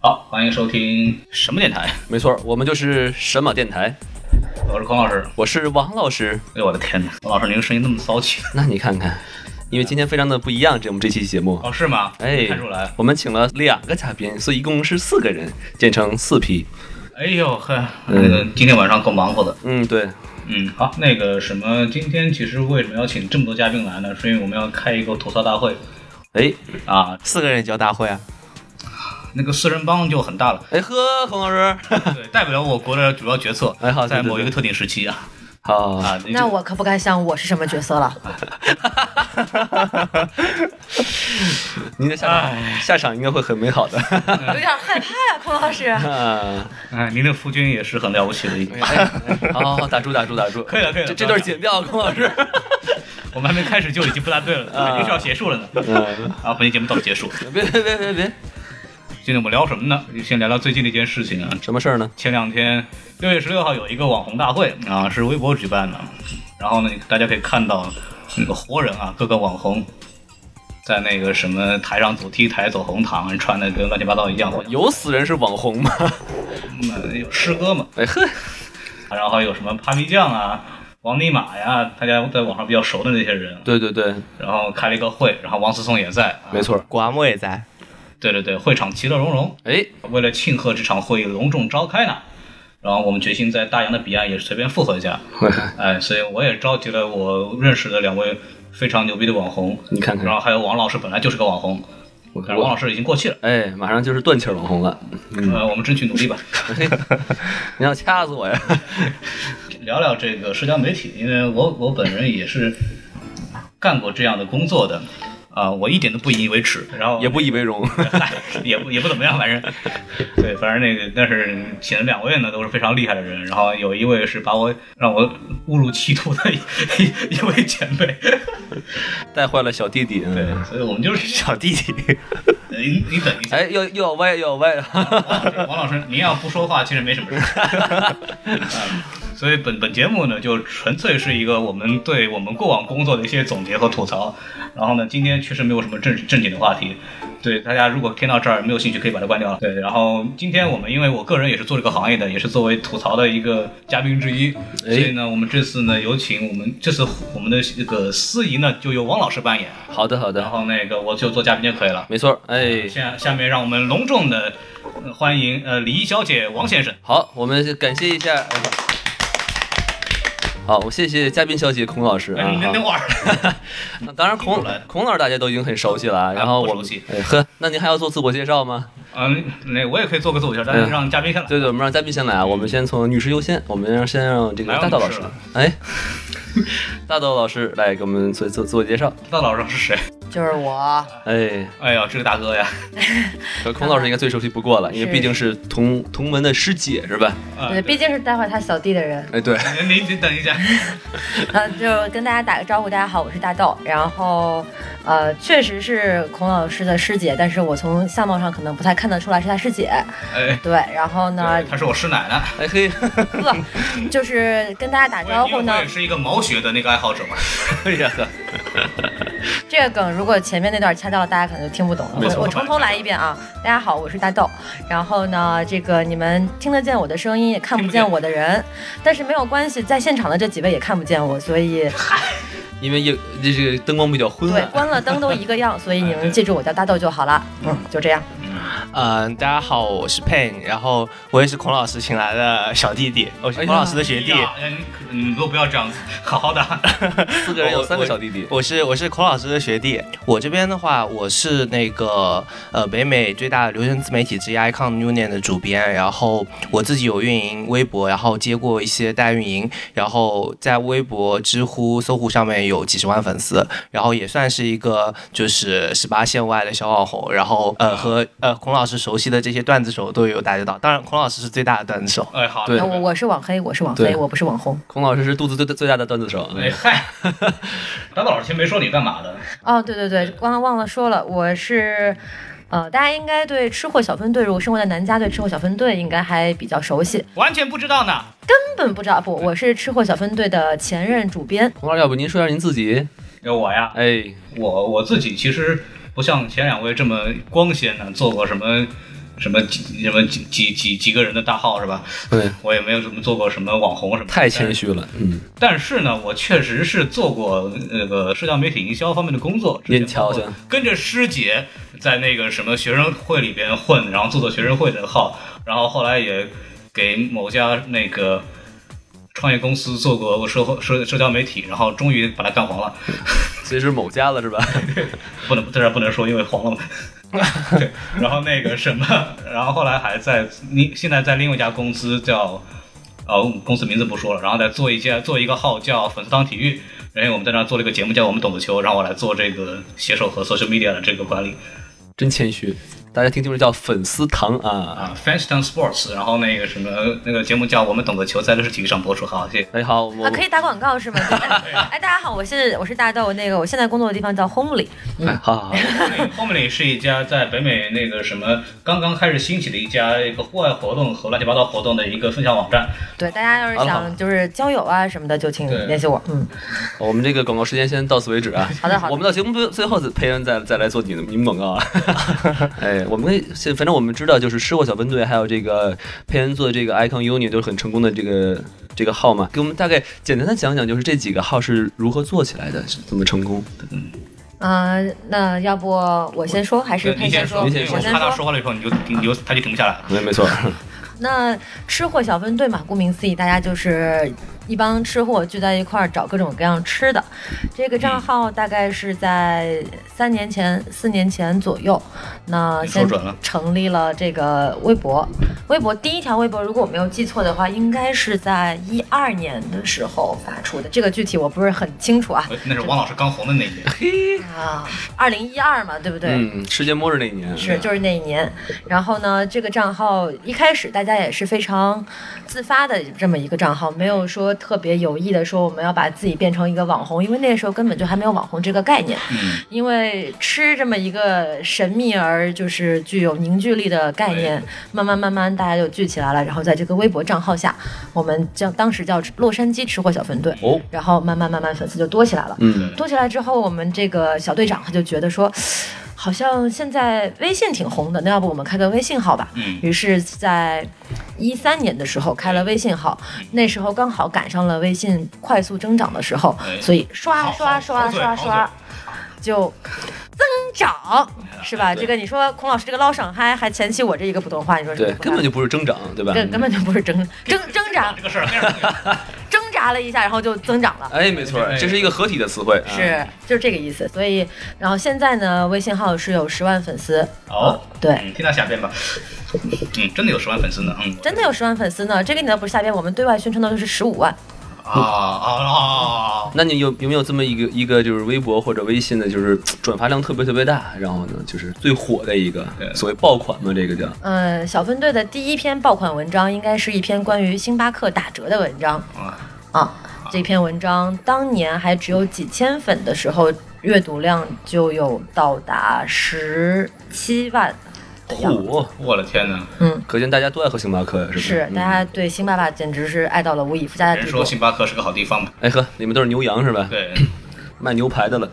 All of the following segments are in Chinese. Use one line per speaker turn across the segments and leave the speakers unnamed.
好，欢迎收听什么电台？
没错，我们就是神马电台。
我是匡老师。
我是王老师。
哎呦我的天哪，王老师您声音那么骚气
那你看看，因为今天非常的不一样，这我们这期节目，
哦？是吗？
哎
没看出来。
我们请了两个嘉宾，所以一共是四个人，简称四批。
哎呦呵，那个今天晚上够忙活的。
嗯，对，
嗯，好，那个什么，今天其实为什么要请这么多嘉宾来呢？是因为我们要开一个吐槽大会
哎，
啊，
四个人也叫大会啊？
那个四人帮就很大了，
哎呵，孔老师，
对，代表我国的主要决策，
哎好对
在
对
某一个
对
特定时期啊
好，
啊，
那我可不敢想我是什么角色了。
您的下场下场应该会很美好 的。
有点害怕呀、孔老师。
啊，
哎，您的夫君也是很了不起的一个，
哎好好好，打住打住打 住，
可以了可以了不
这这
要
段
讲
剪掉，孔老师。
我们还没开始就已经不大对了，肯定是要结束了呢。
啊 嗯，
啊，本期节目到此结束，
别别别别别，
今天我们聊什么呢？先聊聊最近的一件事情啊，
什么事儿呢？
前两天六月十六号有一个网红大会啊，是微博举办的。然后呢，大家可以看到那个活人啊，各个网红在那个什么台上走 T 台、走红毯，穿的跟乱七八糟一样。有
有死人是网红吗？
有诗歌嘛，
哎呵，
然后有什么帕皮酱啊、王尼玛呀，大家在网上比较熟的那些人，
对对对，
然后开了一个会，然后王思聪也在。啊
没错。
瓜木也在。
对对对，会场其乐融融。
哎，
为了庆贺这场会议隆重召开呢，然后我们决心在大洋的彼岸也随便附和一下。哎，所以我也召集了我认识的两位非常牛逼的网红，
你看
然
看，
后还有王老师本来就是个网红，
嗯我嗯
但是王老
我
师已经过气了。
哎，马上就是断气儿网红了，
呃，我们争取努力吧，
你要掐死我呀！
聊聊这个社交媒体，因为我我本人也是干过这样的工作的，啊、我一点都不引以为耻，然后
也不以为荣。
嗨， 也不也不怎么样，反正， 对，反正那个，但是请了两位呢，都是非常厉害的人，然后有一位是把我让我误入歧途的一一 一位前辈，
带坏了小弟弟。嗯
对，所以我们就是
小弟弟，
你你等一下，
哎，又又要歪，又要歪。
王老师，您要不说话，其实没什么事。嗯所以本本节目呢，就纯粹是一个我们对我们过往工作的一些总结和吐槽。然后呢，今天确实没有什么正正经的话题。对大家，如果听到这儿没有兴趣，可以把它关掉了。对，然后今天我们因为我个人也是做这个行业的，也是作为吐槽的一个嘉宾之一，所以呢，我们这次呢有请我们这次我们的这个司仪呢就由王老师扮演，
好的，好
然
的，
后那个我就做嘉宾就可以了。
没错。哎，
下下面让我们隆重的欢迎呃李小姐王先生。
好，我们感谢一下。哎好，我谢谢嘉宾小姐孔老师啊。
您等
好
哎会儿，
那当然孔孔老师大家都已经很熟悉了啊，然后
不
我
熟
们
悉
哎呵，那您还要做自我介绍吗？
嗯，那我也可以做个自我介绍，但是
哎呀
让嘉宾先来。
对对，我们让嘉宾先来啊，我们先从女士优先，我们让先让这个
嗯哪有
大豆老
女
师
士了，啊
哎，大豆老师来给我们做做自我介绍。
大老师是谁？
就是我，
哎，
哎呀，这个大哥呀，
孔老师应该最熟悉不过了，因为
是
毕竟是同同门的师姐是吧？
啊
对，毕竟是带坏他小弟的人。
哎，对，
您您您等一下，
呃，就跟大家打个招呼，大家好，我是大豆。然后，呃，确实是孔老师的师姐，但是我从相貌上可能不太看得出来是他师姐。
哎，
对，然后呢，
她是我师奶奶。
哎嘿，
不， 就是跟大家打招呼
因为
呢
我也。是一个毛学的那个爱好者嘛。
哎呀呵，
这个梗如果前面那段掐掉了，大家可能就听不懂了。
没
我
错
我从头来一遍啊！大家好，我是大豆。然后呢，这个你们听得见我的声音，也看不见我的人，但是没有关系，在现场的这几位也看不见我，所以
因为夜这这个灯光比较昏
对，
暗。
关了灯都一个样，所以你
哎对
们记住我叫大豆就好了。嗯，就这样。
嗯，大家好，我是 Pen，然后我也是孔老师请来的小弟弟，我是孔老师的学弟。
呀哎你可你都不要这样子，好好的。
四个人有三个小弟弟，
我是我是孔老师的学弟，我这边的话，我是那个呃北美最大的流行自媒体之一 Icon Union 的主编，然后我自己有运营微博，然后接过一些代运营，然后在微博、知乎、搜狐上面有几十万粉丝，然后也算是一个就是十八线外的小网红，然后呃和呃孔老师熟悉的这些段子手都有打交道，当然孔老师是最大的段子手，
哎，好的。
对
我我是网黑，我是网黑，
对
我不是网红。
孔老师是肚子最最大的段子手。
哎 嗨，大道老师其实没说你干嘛的，
哦，对对对，忘了忘了说了，我是。呃，大家应该对吃货小分队，如果生活在南加对吃货小分队应该还比较熟悉，
完全不知道呢。
根本不知道不，我是吃货小分队的前任主编。
孔老师，要不您说一下您自己？
有我呀，
哎，
我我自己其实不像前两位这么光鲜呢，做过什么什么几什么几几几几个人的大号是吧？
对，
我也没有什么做过什么网红什么的。
太谦虚了，嗯，
但是呢，我确实是做过那个社交媒体营销方面的工作。之前
您瞧瞧，
跟着师姐在那个什么学生会里边混，然后做做学生会的号，然后后来也给某家那个创业公司做过社会社社交媒体，然后终于把它干黄了。
所以是某家了是吧？
不能这事儿不能说，因为黄了嘛。对，然后那个什么，然后后来还在你现在在另外一家公司叫，呃，公司名字不说了，然后再做一家做一个号叫粉丝当体育，然后我们在那儿做了一个节目叫我们懂的球，然后我来做这个携手和 social media 的这个管理
真谦虚，大家听清楚，叫粉丝堂啊。
啊，Fanstown Sports，然后那个什么那个节目叫我们懂的球在乐视体育上播出，好，谢谢。
哎，好，我
啊，可以打广告是吗？ 对哎，大家好，我是我是大豆，那个我现在工作的地方叫 Homely，
哎好好好，
后面 y 是一家在北美那个什么刚刚开始兴起的一家一个户外活动和乱七八糟活动的一个分享网站，
对，大家要是
好了好
想就是交友啊什么的，就请
啊对
联系我。嗯，
我们这个广告时间先到此为止啊。
好的好 的
我们到节目最最后再佩恩再再来做你的你们广告啊。 哎，我们现反正我们知道，就是吃货小分队还有这个佩恩做的这个 Icon Union 都是很成功的这个这个号嘛。给我们大概简单的讲讲，就是这几个号是如何做起来的，是怎么成功的？
啊，那要不我先说，还是
对，
佩
你先
说？
你
您先
说。
我
我
先
看他
说。
说话了以后，你就停，你就他就停不下来了。
哎没没错，
那吃货小分队嘛，顾名思义，大家就是一帮吃货聚在一块儿找各种各样吃的。这个
嗯
账号大概是在三年前、四年前左右，那
你
先
说准了
成立了这个微博。微博第一条微博，如果我没有记错的话，应该是在一二年的时候发出的。这个具体我不是很清楚啊。
呃那是王老师刚红的那一年，
啊，二零一二嘛，对不对？
嗯，世界末日那一年
是，就是那一年。然后呢，这个账号一开始大家也是非常自发的这么一个账号，没有说特别有意的说我们要把自己变成一个网红，因为那个时候根本就还没有网红这个概念。
嗯，
因为吃这么一个神秘而就是具有凝聚力的概念，慢慢慢慢大家就聚起来了，然后在这个微博账号下，我们叫当时叫洛杉矶吃货小分队，
哦，
然后慢慢慢慢粉丝就多起来了。
嗯，
多起来之后，我们这个小队长他就觉得说，好像现在微信挺红的，那要不我们开个微信号吧？
嗯
于是，在一三年的时候开了微信号，
嗯
那时候刚好赶上了微信快速增长的时候，
哎
所以刷
好
刷
好
刷
好嘴
刷
好
刷，就。增长
哎
是吧？
对
这个你说孔老师这个捞上嗨，还前期我这一个普通话，你说是
对，
不是
根本就不是增长，对吧？嗯
根根本就不是增增增 长
这个事儿没人会
挣扎了一下，然后就增长了。
哎，没错，
对
这是一个合体的词汇，啊
是，就是这个意思。所以，然后现在呢，微信号是有十万粉丝，
哦，
对，
嗯，听到下边吧，嗯，真的有十万粉丝呢，嗯，
真的有十万粉丝呢。这个你倒不是瞎编，我们对外宣称的是十五万。
啊啊啊，
那你有有没有这么一个一个就是微博或者微信的，就是转发量特别特别大，然后呢就是最火的一个
对
所谓爆款嘛，这个叫
嗯，小分队的第一篇爆款文章应该是一篇关于星巴克打折的文章
啊
啊。这篇文章当年还只有几千粉的时候，阅读量就有到达十七万的样子。
火，
我的天哪！
可见大家都爱喝星巴克呀，是不
是，
嗯
大家对星爸爸简直是爱到了无以复加的
人
地步
说。星巴克是个好地方嘛，
哎呵，你们都是牛羊是吧？
对，
卖牛排的了，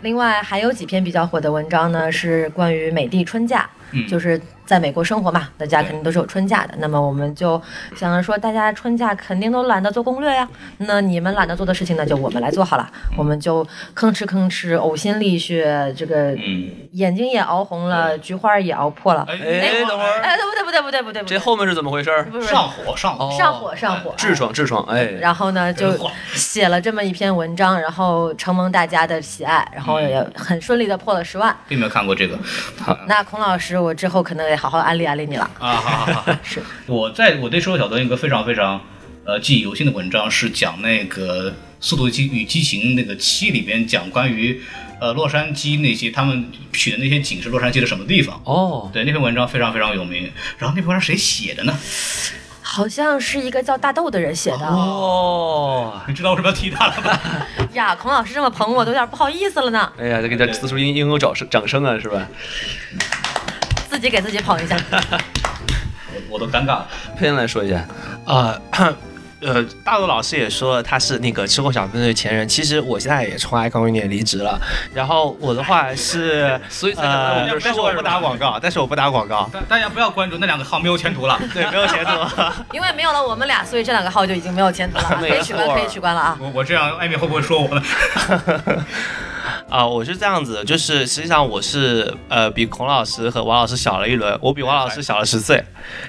另外还有几篇比较火的文章呢，是关于美的春假，
嗯
就是在美国生活嘛，大家
对
肯定都是有春假的。那么我们就想着说，大家春假肯定都懒得做攻略呀，那你们懒得做的事情呢，就我们来做好了。我们就吭哧吭哧，呕心沥血，这个
嗯，
眼睛也熬红了，菊花也熬破了。
哎等会儿
哎，对不对？不对，不对，不对，不
这
对，
后面是怎么回事儿？
不是
上火上火，
哦
上火，上火，
痔疮，痔疮，哎，
然后呢，就
真晃
写了这么一篇文章，然后承蒙大家的喜爱，然后也很顺利的破了十万。
并没有看过这个。好
那孔老师，我之后可能得好好安利安利你了。
啊，好好好，
是
我在我对《射手小队》一个非常非常呃记忆犹新的文章，是讲那个《速度与激与激情》那个七里边讲关于呃洛杉矶那些他们取的那些景是洛杉矶的什么地方。
哦，
对那篇文章非常非常有名，然后那篇文章谁写的呢？
好像是一个叫大豆的人写的、
哦，
你知道为什么要提他了吧？
呀，孔老师这么捧我，都有点不好意思了呢，
哎呀，再给他四处应应有掌声掌声啊，是吧？
自己给自己捧 一下。
我我都尴尬了。
佩恩来说一下，
呃， 呃，大陆老师也说了，他是那个吃货小分队的前人。其实我现在也从 Icon Union 离职了，然后我的话是，
所以才敢来我
呃
们这儿，
但是
说
我
是
不
吧
打广告，但是我不打广告，
大大家不要关注那两个号没有前途了。
对，没有前途。
因为没有了我们俩，所以这两个号就已经没有前途 了啊，可以取关，可以取关了啊。
我我这样艾米会不会说我呢？
啊、我是这样子的，就是实际上我是呃比孔老师和王老师小了一轮，我比王老师小了十岁，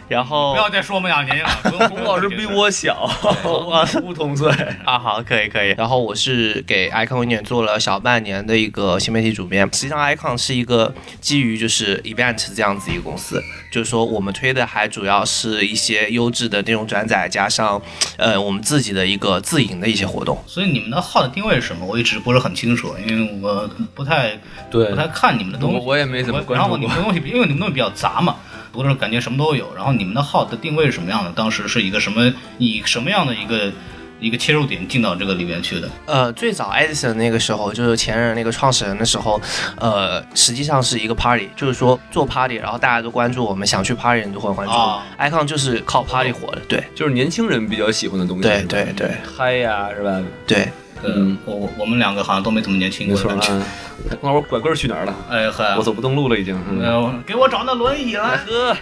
然后
不要再说我们俩年纪 了。不用
洪 老师比我 小，我不同岁。
啊，好，可以可以。然后我是给 Icon 点做了小半年的一个新媒体主编。实际上，Icon 是一个基于就是 event 这样子一个公司，就是说我们推的还主要是一些优质的内容转载，加上呃我们自己的一个自营的一些活动。
所以你们的号的定位是什么？我一直不是很清楚，因为我不太
对
不太看你们的东西。
我我也没怎么关注
然后
过
你们的东西，因为你们东西比较杂嘛，读的时候感觉什么都有。然后你们的号的定位是什么样的？当时是一个什么以什么样的一个一个切入点进到这个里面去的？
呃，最早 Edison 那个时候，就是前任那个创始人的时候，呃，实际上是一个 party，就是说做 party，然后大家都关注我们，想去 party 人都会关注我们。
啊
Icon 就是靠 party 火的，对
就是年轻人比较喜欢的东西，
对
是吧
对对
嗨呀，是吧？
对。
嗯
呃，我我我们两个好像都没怎么年轻
没
过的
错
感觉。
啊。那我拐棍儿去哪儿了？
哎，很
我哎走不动路了，已经。嗯，
呃，给我找那轮椅来。
呵，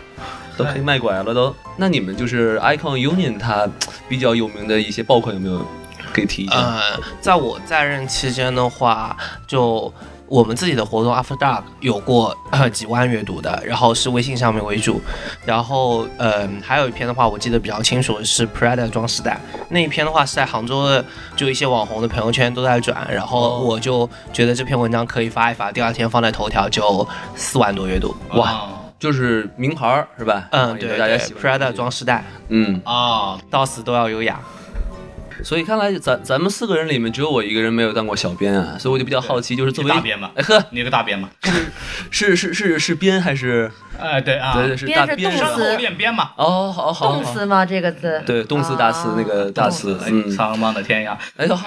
都可以卖拐了都。那你们就是 Icon Union 它比较有名的一些爆款有没有给提一下？
呃，在我在任期间的话，就我们自己的活动 After Dark 有过呃几万阅读的，然后是微信上面为主，然后嗯、呃还有一篇的话，我记得比较清楚的是 Prada 装饰带那一篇的话是在杭州的，就一些网红的朋友圈都在转，然后
哦
我就觉得这篇文章可以发一发，第二天放在头条就四万多阅读，哇！
就是名牌儿是吧？
嗯，对
也哦大家
对
喜欢的
，Prada 装饰带，
嗯。
啊啊！
到死都要优雅。
所以看来咱咱们四个人里面只有我一个人没有当过小编啊，所以我就比较好奇，就是作为
大编 嘛
哎呵，
你有个大编嘛？
是是是是编还是
哎，对啊，
对对是
编
大
是
编
动
是吧
山
词
后练编嘛。
哦，好好好
动，词啊吗？这个字？
对动词大词那个大词，
哎
嗯，
苍茫的天涯，
哎呦，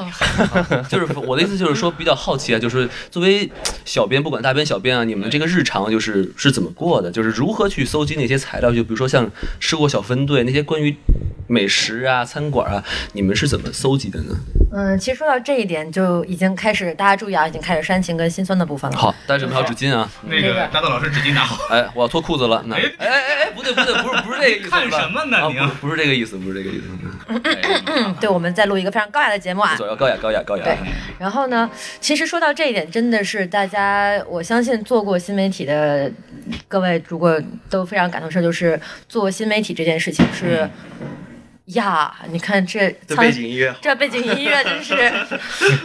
就是我的意思就是说比较好奇啊，就是作为小编，不管大编小编啊，你们这个日常就是是怎么过的？就是如何去搜集那些材料？就比如说像吃货小分队那些关于美食啊、餐馆啊，你们是怎么搜集的呢？
嗯，其实说到这一点，就已经开始大家注意啊，已经开始煽情跟心酸的部分了。
好，带准备好纸巾啊！
那
这
个
个
大豆老师纸巾拿好。
哎，我要脱裤子了。那
哎
哎哎哎，不对不对，不是不是这个意思。
看
是吧
什么呢
啊
你啊
不是不是这个意思，不是这个意思。
哎
对，我们在录一个非常高雅的节目啊。
左要高雅高雅高雅。
对然后呢，其实说到这一点，真的是大家，我相信做过新媒体的各位，如果都非常感同身受，就是做新媒体这件事情是、呀，你看嗯这苍
音乐，
这背景音乐真是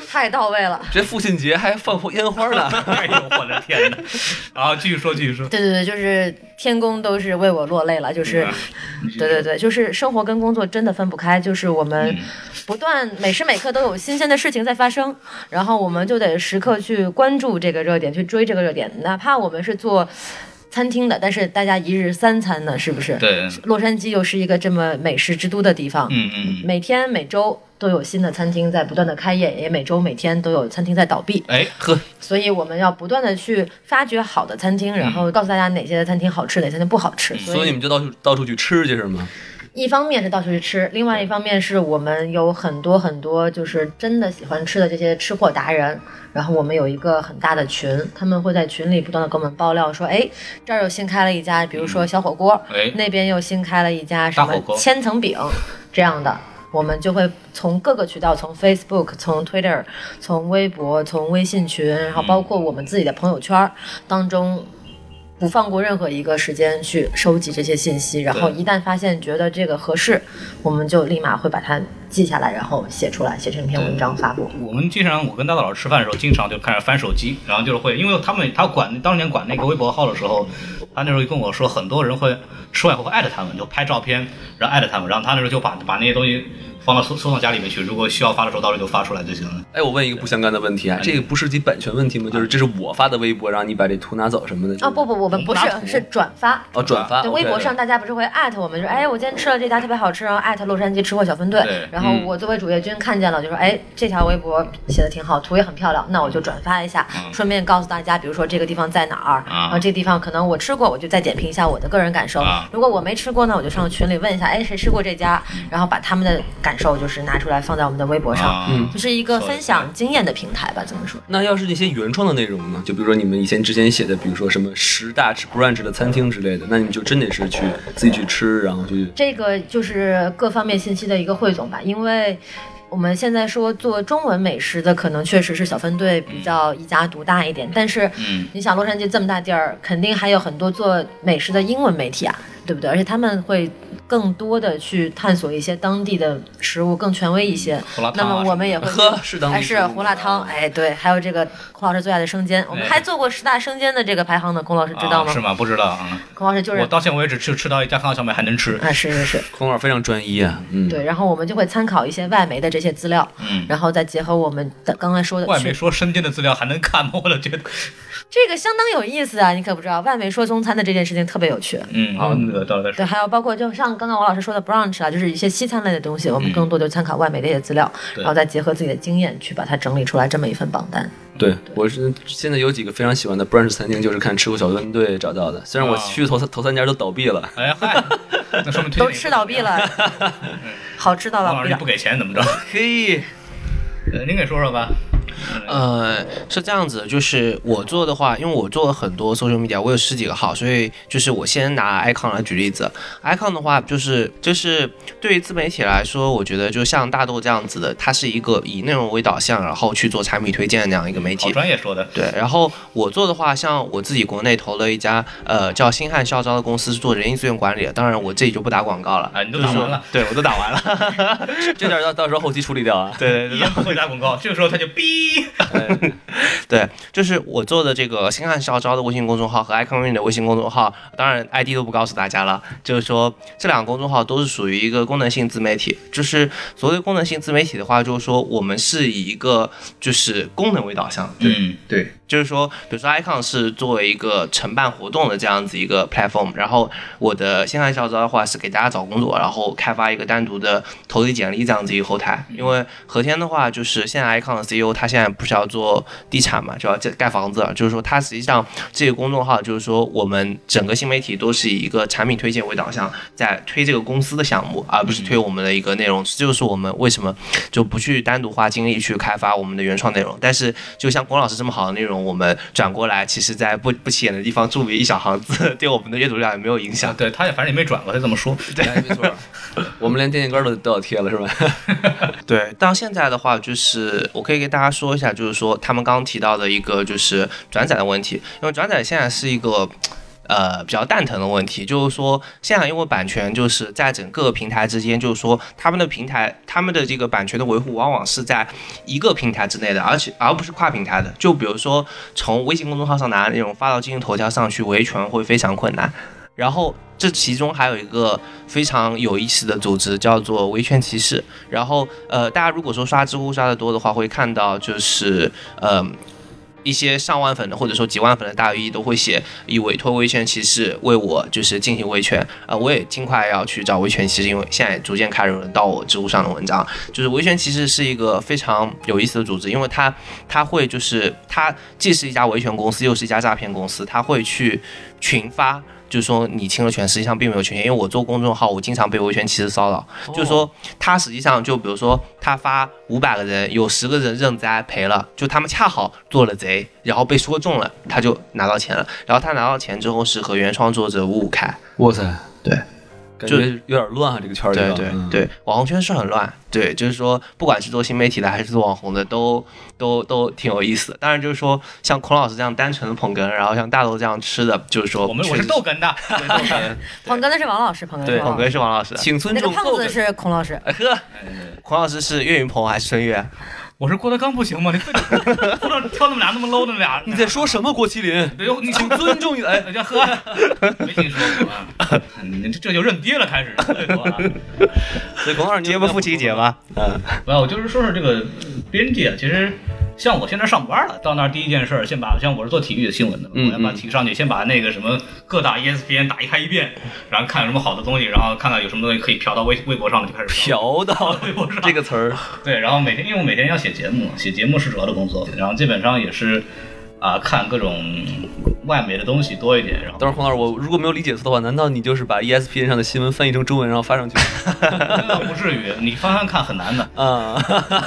太到位了。
这父亲节还放烟花呢。
哎呦我的天哪！然后继续说，继续说。
对对对，就是天公都是为我落泪了，就是，
嗯
对对对，就是生活跟工作真的分不开，就是我
嗯
们不断每时每刻都有新鲜的事情在发生，然后我们就得时刻去关注这个热点，去追这个热点，哪怕我们是做餐厅的，但是大家一日三餐呢，是不是？
对，
洛杉矶又是一个这么美食之都的地方，
嗯嗯。
每天每周都有新的餐厅在不断的开业，也每周每天都有餐厅在倒闭。
哎，
呵，
所以我们要不断的去发掘好
嗯
的餐厅，然后告诉大家哪些餐厅好吃，哪些餐厅不好吃。
所以你们就到处到处去吃去是吗？
一方面是到处去吃，另外一方面是我们有很多很多就是真的喜欢吃的这些吃货达人，然后我们有一个很大的群，他们会在群里不断的给我们爆料说，哎，这儿又新开了一家，比如说小火锅，
哎，
那边又新开了一家什
大
么
火锅
千层饼这样的，我们就会从各个渠道，从 Facebook、从 Twitter、从微博、从微信群，然后
嗯
包括我们自己的朋友圈儿当中。不放过任何一个时间去收集这些信息，然后
对
一旦发现觉得这个合适，我们就立马会把它记下来，然后写出来，写成一篇文章发布。
我们经常，我跟大大老师吃饭的时候，经常就开始翻手机，然后就是会，因为他们他管当年管那个微博号的时候，他那时候跟我说，很多人会吃完以后会艾特他们，就拍照片，然后艾特他们，然后他那时候就把把那些东西放到收收到家里面去，如果需要发的时候，到时候就发出来就行了。
哎，我问一个不相干的问题啊，这个不涉及版权问题吗？就是这是我发的微博，然后你把这图拿走什么的？就是
啊不不，我们不是
我们嗯拿图
是转发，
哦，转发。
啊
对，微
OK，
博上大家不是会艾特我们，就说哎，我今天吃了这家特别好吃，然后艾特洛杉矶吃货小分队
对。嗯
然后我作为主页君看见了，就说哎，这条微博写的挺好，图也很漂亮，那我就转发一下，
嗯
顺便告诉大家，比如说这个地方在哪儿，
啊
然后这个地方可能我吃过，我就再点评一下我的个人感受
啊。嗯
如果我没吃过呢，我就上群里问一下，哎，谁吃过这家？然后把他们的感受就是拿出来放在我们的微博上，
啊，
嗯
就是一个
说得
分享经验的平台吧，怎么说？
那要是那些原创的内容呢？就比如说你们以前之前写的，比如说什么十大吃 brunch 的餐厅之类的，那你就真得是去自己去吃，然后去
这个就是各方面信息的一个汇总吧，因为。我们现在说做中文美食的，可能确实是小分队比较一家独大一点，但是
嗯，
你想洛杉矶这么大地儿，肯定还有很多做美食的英文媒体啊，对不对？而且他们会更多的去探索一些当地的食物，更权威一些。
胡辣汤
那
啊
么我 们也会
喝是当地
哎
食
是
物
胡辣汤，哎对，还有这个孔老师最爱的生煎，我们
哎
还做过十大生煎的这个排行呢，孔老师知道吗
啊？是吗？不知道啊。
孔老师就是
我到现在为止吃吃到一家康小面还能吃，
啊，是是是，
孔老师非常专一啊，嗯，
对，然后我们就会参考一些外媒的这些资料，
嗯，
然后再结合我们的刚才说的
外
去
媒说生煎的资料还能看吗？我都觉 得，
这个相当有意思啊！你可不知道，外媒说中餐的这件事情特别有趣。
嗯，好，那个到时候再
对，
说。
还有包括就像刚刚王老师说的 brunch 啊，就是一些西餐类的东西，我们更多就参考外媒的一些资料，
嗯对
然后再结合自己的经验去把它整理出来这么一份榜单。
对，我是现在有几个非常喜欢的 brunch 餐厅，就是看吃过小分队找到的。虽然我
啊
去头三头三家都倒闭 了，
哎 嗨，那说明推荐
都
你
吃倒闭了， 好吃到
王
倒
老
闭
师
了
你不。给钱怎么着？
嘿，
呃您给说说吧。
呃，是这样子，就是我做的话，因为我做了很多 social media，我有十几个号，所以就是我先拿 icon 来举例子。icon 的话，就是就是对于自媒体来说，我觉得就像大豆这样子的，它是一个以内容为导向，然后去做产品推荐的那样一个媒体
好。专业说的，
对，然后我做的话，像我自己国内投了一家呃叫星汉校招的公司，是做人力资源管理的。当然，我这里就不打广告了，
啊你都打完 了，
对我都打完了，
这点儿到到时候后期处理掉啊。
对对
一样会打广告，这个时候他就哔。
哎
对，就是我做的这个星汉校招的微信公众号和 iConvin 的微信公众号，当然 ID 都不告诉大家了。就是说，这两个公众号都是属于一个功能性自媒体。就是所谓功能性自媒体的话，就是说我们是以一个就是功能为导向，对、
嗯，
对，就是说，比如说 iCon 是作为一个承办活动的这样子一个 platform，然后我的星汉校招的话是给大家找工作，然后开发一个单独的投递简历这样子一个后台。因为何天的话，就是现在 iCon 的 CEO 他现在不是要做地产嘛，就要建盖房子，就是说他实际上这个公众号就是说我们整个新媒体都是以一个产品推荐为导向，在推这个公司的项目，而不是推我们的一个内容。这就是我们为什么就不去单独花精力去开发我们的原创内容。但是就像龚老师这么好的内容，我们转过来，其实在不不起眼的地方注明一小行字， 对我们的阅读量也没有影响。
啊对，他也反正也没转过，他这么说。
对，哎没错， 我们连电线杆都都要贴了是吧？
对，到现在的话，就是我可以给大家说一下，就是说他们刚刚提到的一个就是转载的问题，因为转载现在是一个。呃，比较蛋疼的问题就是说，现在因为版权就是在整个平台之间，就是说他们的平台，他们的这个版权的维护往往是在一个平台之内的，而且而不是跨平台的。就比如说从微信公众号上拿那种发到今日头条上去维权会非常困难。然后这其中还有一个非常有意思的组织叫做维权骑士，然后呃，大家如果说刷知乎刷的多的话，会看到就是呃。一些上万粉的或者说几万粉的大 V 都会写以委托维权呃骑士为我就是进行维权啊、呃我也尽快要去找维权骑士，因为现在逐渐开始轮到我知乎上的文章，就是维权骑士是一个非常有意思的组织，因为它它会就是它既是一家维权公司，又是一家诈骗公司，它会去群发就是说你侵了权，实际上并没有权限。因为我做公众号，我经常被维权骑士骚扰，就
哦
是说他实际上就比如说他发五百个人，有十个人认栽赔了，就他们恰好做了贼，然后被说中了，他就拿到钱了。然后他拿到钱之后是和原创作者五五开，
哇塞，
对，
感
就
觉有点乱啊，这个圈儿里
对
头。
对
嗯，
对，网红圈是很乱，对，就是说，不管是做新媒体的还是做网红的，都都都挺有意思的。当然，就是说，像孔老师这样单纯的捧哏，然后像大豆这样吃的，就是说，
我们我
哦
是
确
啊
实
逗哏的，
对豆 哏，
捧哏的是王老师，捧哏
对
是
捧
王老
哏
师，
是王老师，
请尊
那个
重
胖
后
子
辈。
是孔老师。
哎呵，孔老师是岳云鹏还是孙啊越？
我是郭德纲不行吗？你 非得不知道挑那么俩那么 low 的俩，
你在说什么？郭麒麟，
哎呦，你
请尊重你。哎，
哎，叫喝，没听说过啊， 你这这就认爹了，开始啊对吧？
所以孔老师，
结不夫妻节？吗？
没有，我就是说说这个编辑啊，其实。像我现在上班了，到那儿第一件事儿，先把像我是做体育的新闻的嘛，
嗯
我要把体育上去，先把那个什么各大 E ESPN 打一开一遍，然后看有什么好的东西，然后看看有什么东西可以嫖到微微博上了，就开始嫖
嫖到
微博上。
这个词儿，
对，然后每天因为我每天要写节目，写节目是主要的工作，然后基本上也是啊、看各种外媒的东西多一点，然后
当时孔老师，我如果没有理解错的话，难道你就是把 E ESPN 上的新闻翻译成中文，然后发上去？
那不至于，你翻翻看很难的。
啊，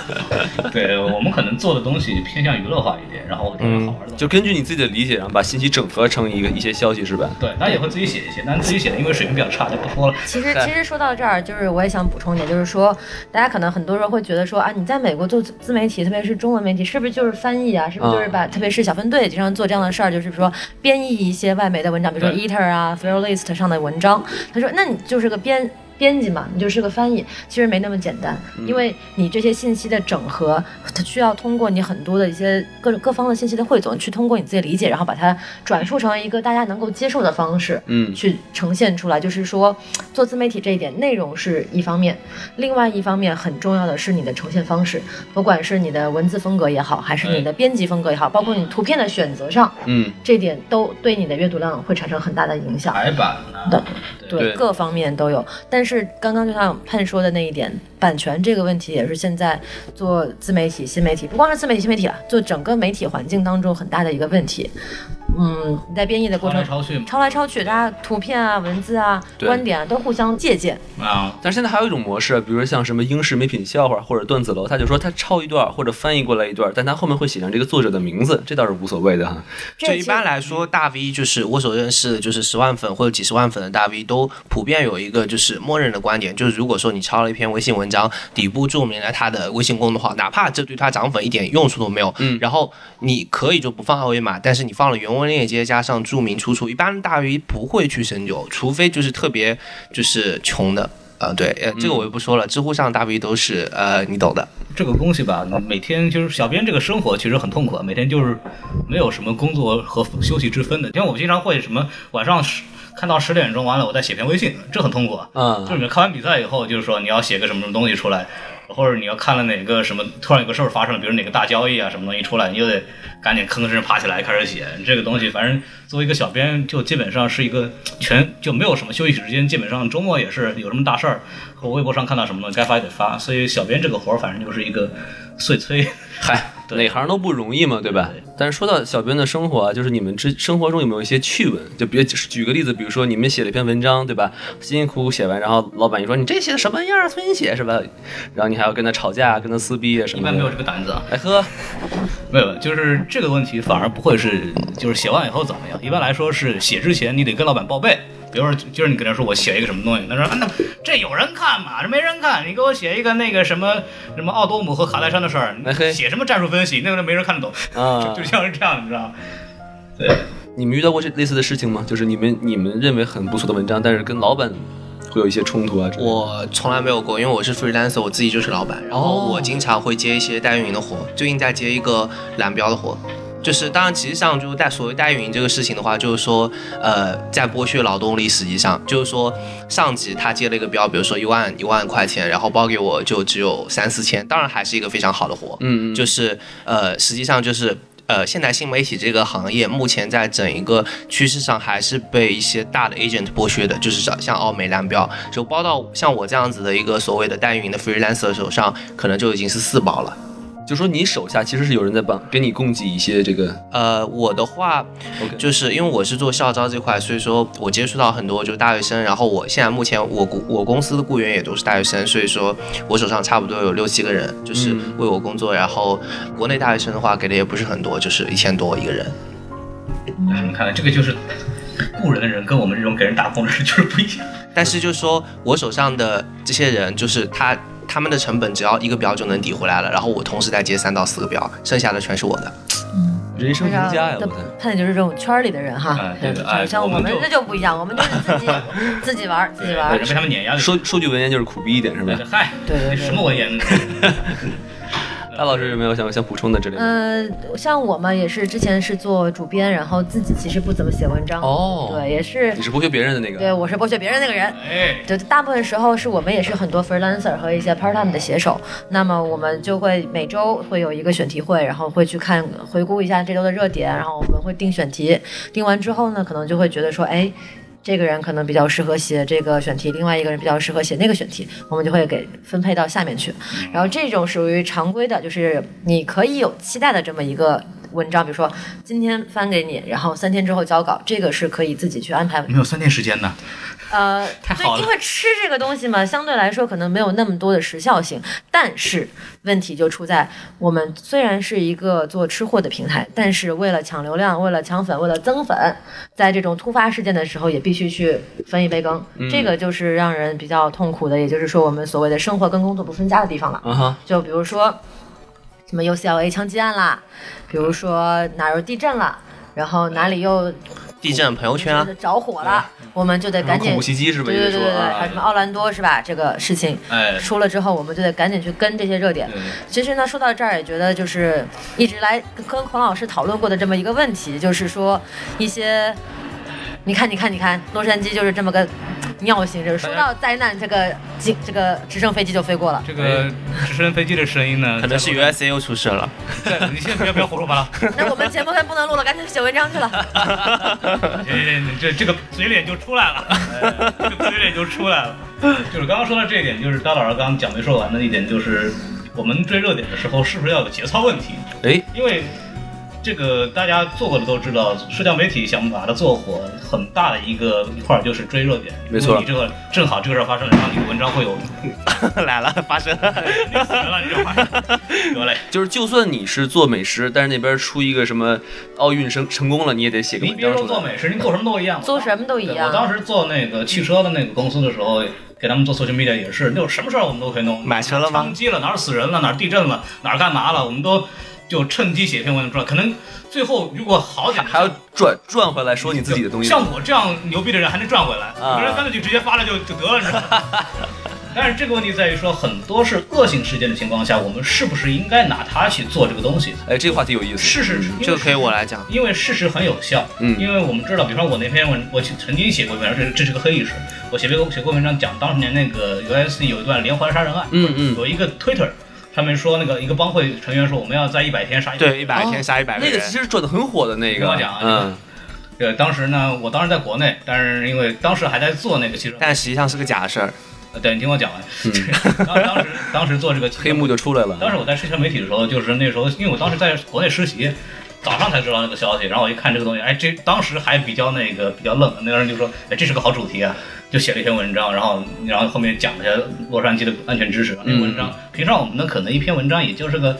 对我们可能做的东西偏向娱乐化一点，然后觉得好玩的东西。
就根据你自己的理解，然后把信息整合成一个一些消息，是吧？
对，但也会自己写一些，但自己写的因为水平比较差，就不说了。
其实，
对
其实说到这儿，就是我也想补充一点，就是说，大家可能很多人会觉得说啊，你在美国做自自媒体，特别是中文媒体，是不是就是翻译啊？是不是就是把，特别是小分队经常做这样的事儿，就是说编译一些外媒的文章，比如说
对
Eater 啊、Thrillist 上的文章。他说，那你就是个编。编辑嘛，你就是个翻译，其实没那么简单，因为你这些信息的整合，它需要通过你很多的一些各种各方的信息的汇总，去通过你自己的理解，然后把它转述成一个大家能够接受的方式。
嗯，
去呈现出来。就是说，做自媒体这一点，内容是一方面，另外一方面很重要的是你的呈现方式，不管是你的文字风格也好，还是你的编辑风格也好，包括你图片的选择上，
嗯，
这点都对你的阅读量会产生很大的影响。
排版啊，
对
对
对，各方面都有。但是刚刚就像盼说的那一点，版权这个问题也是现在做自媒体、新媒体，不光是自媒体、新媒体了，做整个媒体环境当中很大的一个问题。嗯，你在编译的过
抄
程
来抄去嘛
抄来抄去，大家图片啊、文字啊、
对
观点啊都互相借鉴。
啊，
但是现在还有一种模式，比如说像什么英式美品笑话或者段子楼，他就说他抄一段或者翻译过来一段，但他后面会写上这个作者的名字，这倒是无所谓的哈。
这
就
其
一
实
般来说，大 V 就是我所认识的，就是十万粉或者几十万粉的大 V，都普遍有一个就是默认的观点，就是如果说你抄了一篇微信文章，底部注明了他的微信公众号，哪怕这对他涨粉一点用处都没有，
嗯
然后你可以就不放二维码，但是你放了原文链接加上注明出处，一般大 V 不会去深究，除非就是特别就是穷的。呃，对，呃，这个我就不说了。知乎上大 V 都是，呃，你懂的。
这个东西吧，每天就是小编这个生活其实很痛苦，啊，每天就是没有什么工作和休息之分的。像我经常会什么晚上十看到十点钟完了，我再写篇微信，这很痛苦啊。
嗯
就是你们看完比赛以后，就是说你要写个什么什么东西出来，或者你要看了哪个什么突然有个事儿发生了，比如哪个大交易啊什么东西出来，你就得赶紧吭哧爬起来开始写这个东西。反正作为一个小编，就基本上是一个全就没有什么休息时间，基本上周末也是有什么大事儿和微博上看到什么东西该发也得发，所以小编这个活儿反正就是一个碎催。
嗨，哪行都不容易嘛，对吧？但是说到小编的生活啊，就是你们之生活中有没有一些趣闻？就别举个例子，比如说你们写了一篇文章，对吧？辛辛苦苦写完，然后老板一说你这写的什么玩意儿，重新写是吧？然后你还要跟他吵架，跟他撕逼啊什
一
么
般没有
的
这。个胆子啊，
哎呵，
没有，就是这个问题反而不会是，就是写完以后怎么样？一般来说是写之前你得跟老板报备，比如说就是你跟他说我写一个什么东西，他说、啊、那这有人看吗？这没人看，你给我写一个那个什么什么奥多姆和卡戴珊的事儿
哎嘿，
写什么战术分析，那个没人看得懂，
啊
就像是这样，你知道吗？对，
你们遇到过这类似的事情吗？就是你们你们认为很不错的文章，但是跟老板会有一些冲突啊之类的？
我从来没有过，因为我是 freelancer，我自己就是老板，然后
哦
我经常会接一些代运营的活，最近在接一个蓝标的活。就是，当然，其实上就是代所谓代运营这个事情的话，就是说，呃，在剥削劳动力。实际上，就是说，上级他接了一个标，比如说一万一万块钱，然后包给我就只有三四千，当然还是一个非常好的活。
嗯嗯，
就是呃，实际上就是呃，现在新媒体这个行业目前在整一个趋势上还是被一些大的 agent 剥削的，就是像像奥美蓝标，就包到像我这样子的一个所谓的代运营的 freelancer 手上，可能就已经是四包了。
就说你手下其实是有人在帮给你供给一些这个
呃，我的话
OK，
就是因为我是做校招这块，所以说我接触到很多就是大学生。然后我现在目前我雇我公司的雇员也都是大学生，所以说我手上差不多有六七个人，就是
嗯
为我工作。然后国内大学生的话给的也不是很多，就是一千多一个人。
你看，这个就是雇人的人跟我们这种给人打工的人就是不一样。
但是就是说我手上的这些人，就是他他们的成本只要一个标就能抵回来了，然后我同时再接三到四个标，剩下的全是我的。
人生赢家呀，
的
我看。
看的就是这种圈儿里的人哈
哎，对的
就是
哎
像
我
我
们
们
就
这就不一样，我们就是自己自己玩儿，自己玩
对，。
儿
被他们碾压的。
说说句文言就是苦逼一点是吧？
嗨，
对对对
你什么文言？
大老师有没有想想补充的之类的？
嗯，像我嘛，也是之前是做主编，然后自己其实不怎么写文章，
哦
对，也是
你，是剥削别人的那
对
个，
我是剥削别人那个人，
哎，
对，大部分时候是我们也是很多 freelancer 和一些 part time 的写手，那么我们就会每周会有一个选题会，然后会去看回顾一下这周的热点，然后我们会定选题，定完之后呢，可能就会觉得说，哎。这个人可能比较适合写这个选题，另外一个人比较适合写那个选题，我们就会给分配到下面去。然后这种属于常规的，就是你可以有期待的这么一个文章，比如说今天翻给你，然后三天之后交稿，这个是可以自己去安排
你们有三天时间呢，
呃，
太好了
对，因为吃这个东西嘛，相对来说可能没有那么多的时效性，但是问题就出在我们虽然是一个做吃货的平台，但是为了抢流量、为了抢粉、为了增粉，在这种突发事件的时候也必须去分一杯羹，这个就是让人比较痛苦的，也就是说我们所谓的生活跟工作不分家的地方了。
啊哈，
就比如说什么 UCLA 枪击案啦，比如说哪儿又地震啦，然后哪里又
地震朋友圈啊，
着火了，我们就得赶
恐
紧
怖袭击是吧？
对
也
对
是
对
说
对，
啊
还有什么奥兰多是吧？这个事情
哎，
出了之后，我们就得赶紧去跟这些热点
对。
其实呢，说到这儿也觉得就是一直来跟孔老师讨论过的这么一个问题，就是说一些，你看你看你看，洛杉矶就是这么个尿性，就是说到灾难，这个机这个直升飞机就飞过了。
这个直升飞机的声音呢，
可能是
原
USA 又出事了。
你现在不要不要胡说八道，
那我们节目还不能录了，赶紧写文章去了。
这这这个嘴脸就出来了，哎这个嘴脸就出来了。就是刚刚说到这一点，就是高老师刚刚讲没说完的一点，就是我们追热点的时候，是不是要有节操问题？
哎，
因为这个大家做过的都知道，社交媒体想把它做火，很大的一个一块儿就是追热点。
没错
如果你这个正好这个事儿发生了，然后你的文章会有
来了，发生了。
你死了，你知道吗？得嘞，
就是就算你是做美食，但是那边出一个什么奥运成成功了，你也得写个
你
文
别
章
说
出
做
来。
美食，你做什么都一样。
做什么都
对
一样
我。当时做那个汽车的那个公司的时候，给他们做 social media 也是，就是什么事儿我们都可以弄。
买车了吗
枪击了，哪儿死人了，哪儿地震了，哪儿干嘛了，我们都就趁机写一篇文章出来。可能最后如果好点，
还要转转回来说你自己的东西，
像我这样牛逼的人还能赚回来，
啊
有人干脆就直接发了就就得了，你知道吗？ 但是这个问题在于说，很多是恶性事件的情况下，我们是不是应该拿它去做这个东西？
哎，这个话题有意思。
事实
嗯这个可以我来讲。
因为事实很有效，
嗯
因为我们知道，比方说我那篇文，我曾经写过一篇文章，这这是个黑历史，我写过写过文章讲当年那个 USC 有一段连环杀人案，
嗯嗯，
有一个 Twitter 上面说那个一个帮会成员说我们要在一百天杀一百
对，一百天杀一百
哦
个
那
人。
个其实转的很火的那
跟
个
我讲，啊
嗯，
对，当时呢，我当时在国内，但是因为当时还在做那个汽车，
哎
但实际上是个假事儿。
呃对，你听我讲完。 当当时当时做这个
嗯黑幕就出来了。
当时我在社交媒体的时候，就是那时候，因为我当时在国内实习，早上才知道那个消息，然后我一看这个东西，哎，这当时还比较那个比较愣，那个人就说，哎，这是个好主题啊，就写了一篇文章，然后然后后面讲了一下洛杉矶的安全知识，啊那个文
嗯
章平常我们的可能一篇文章也就是个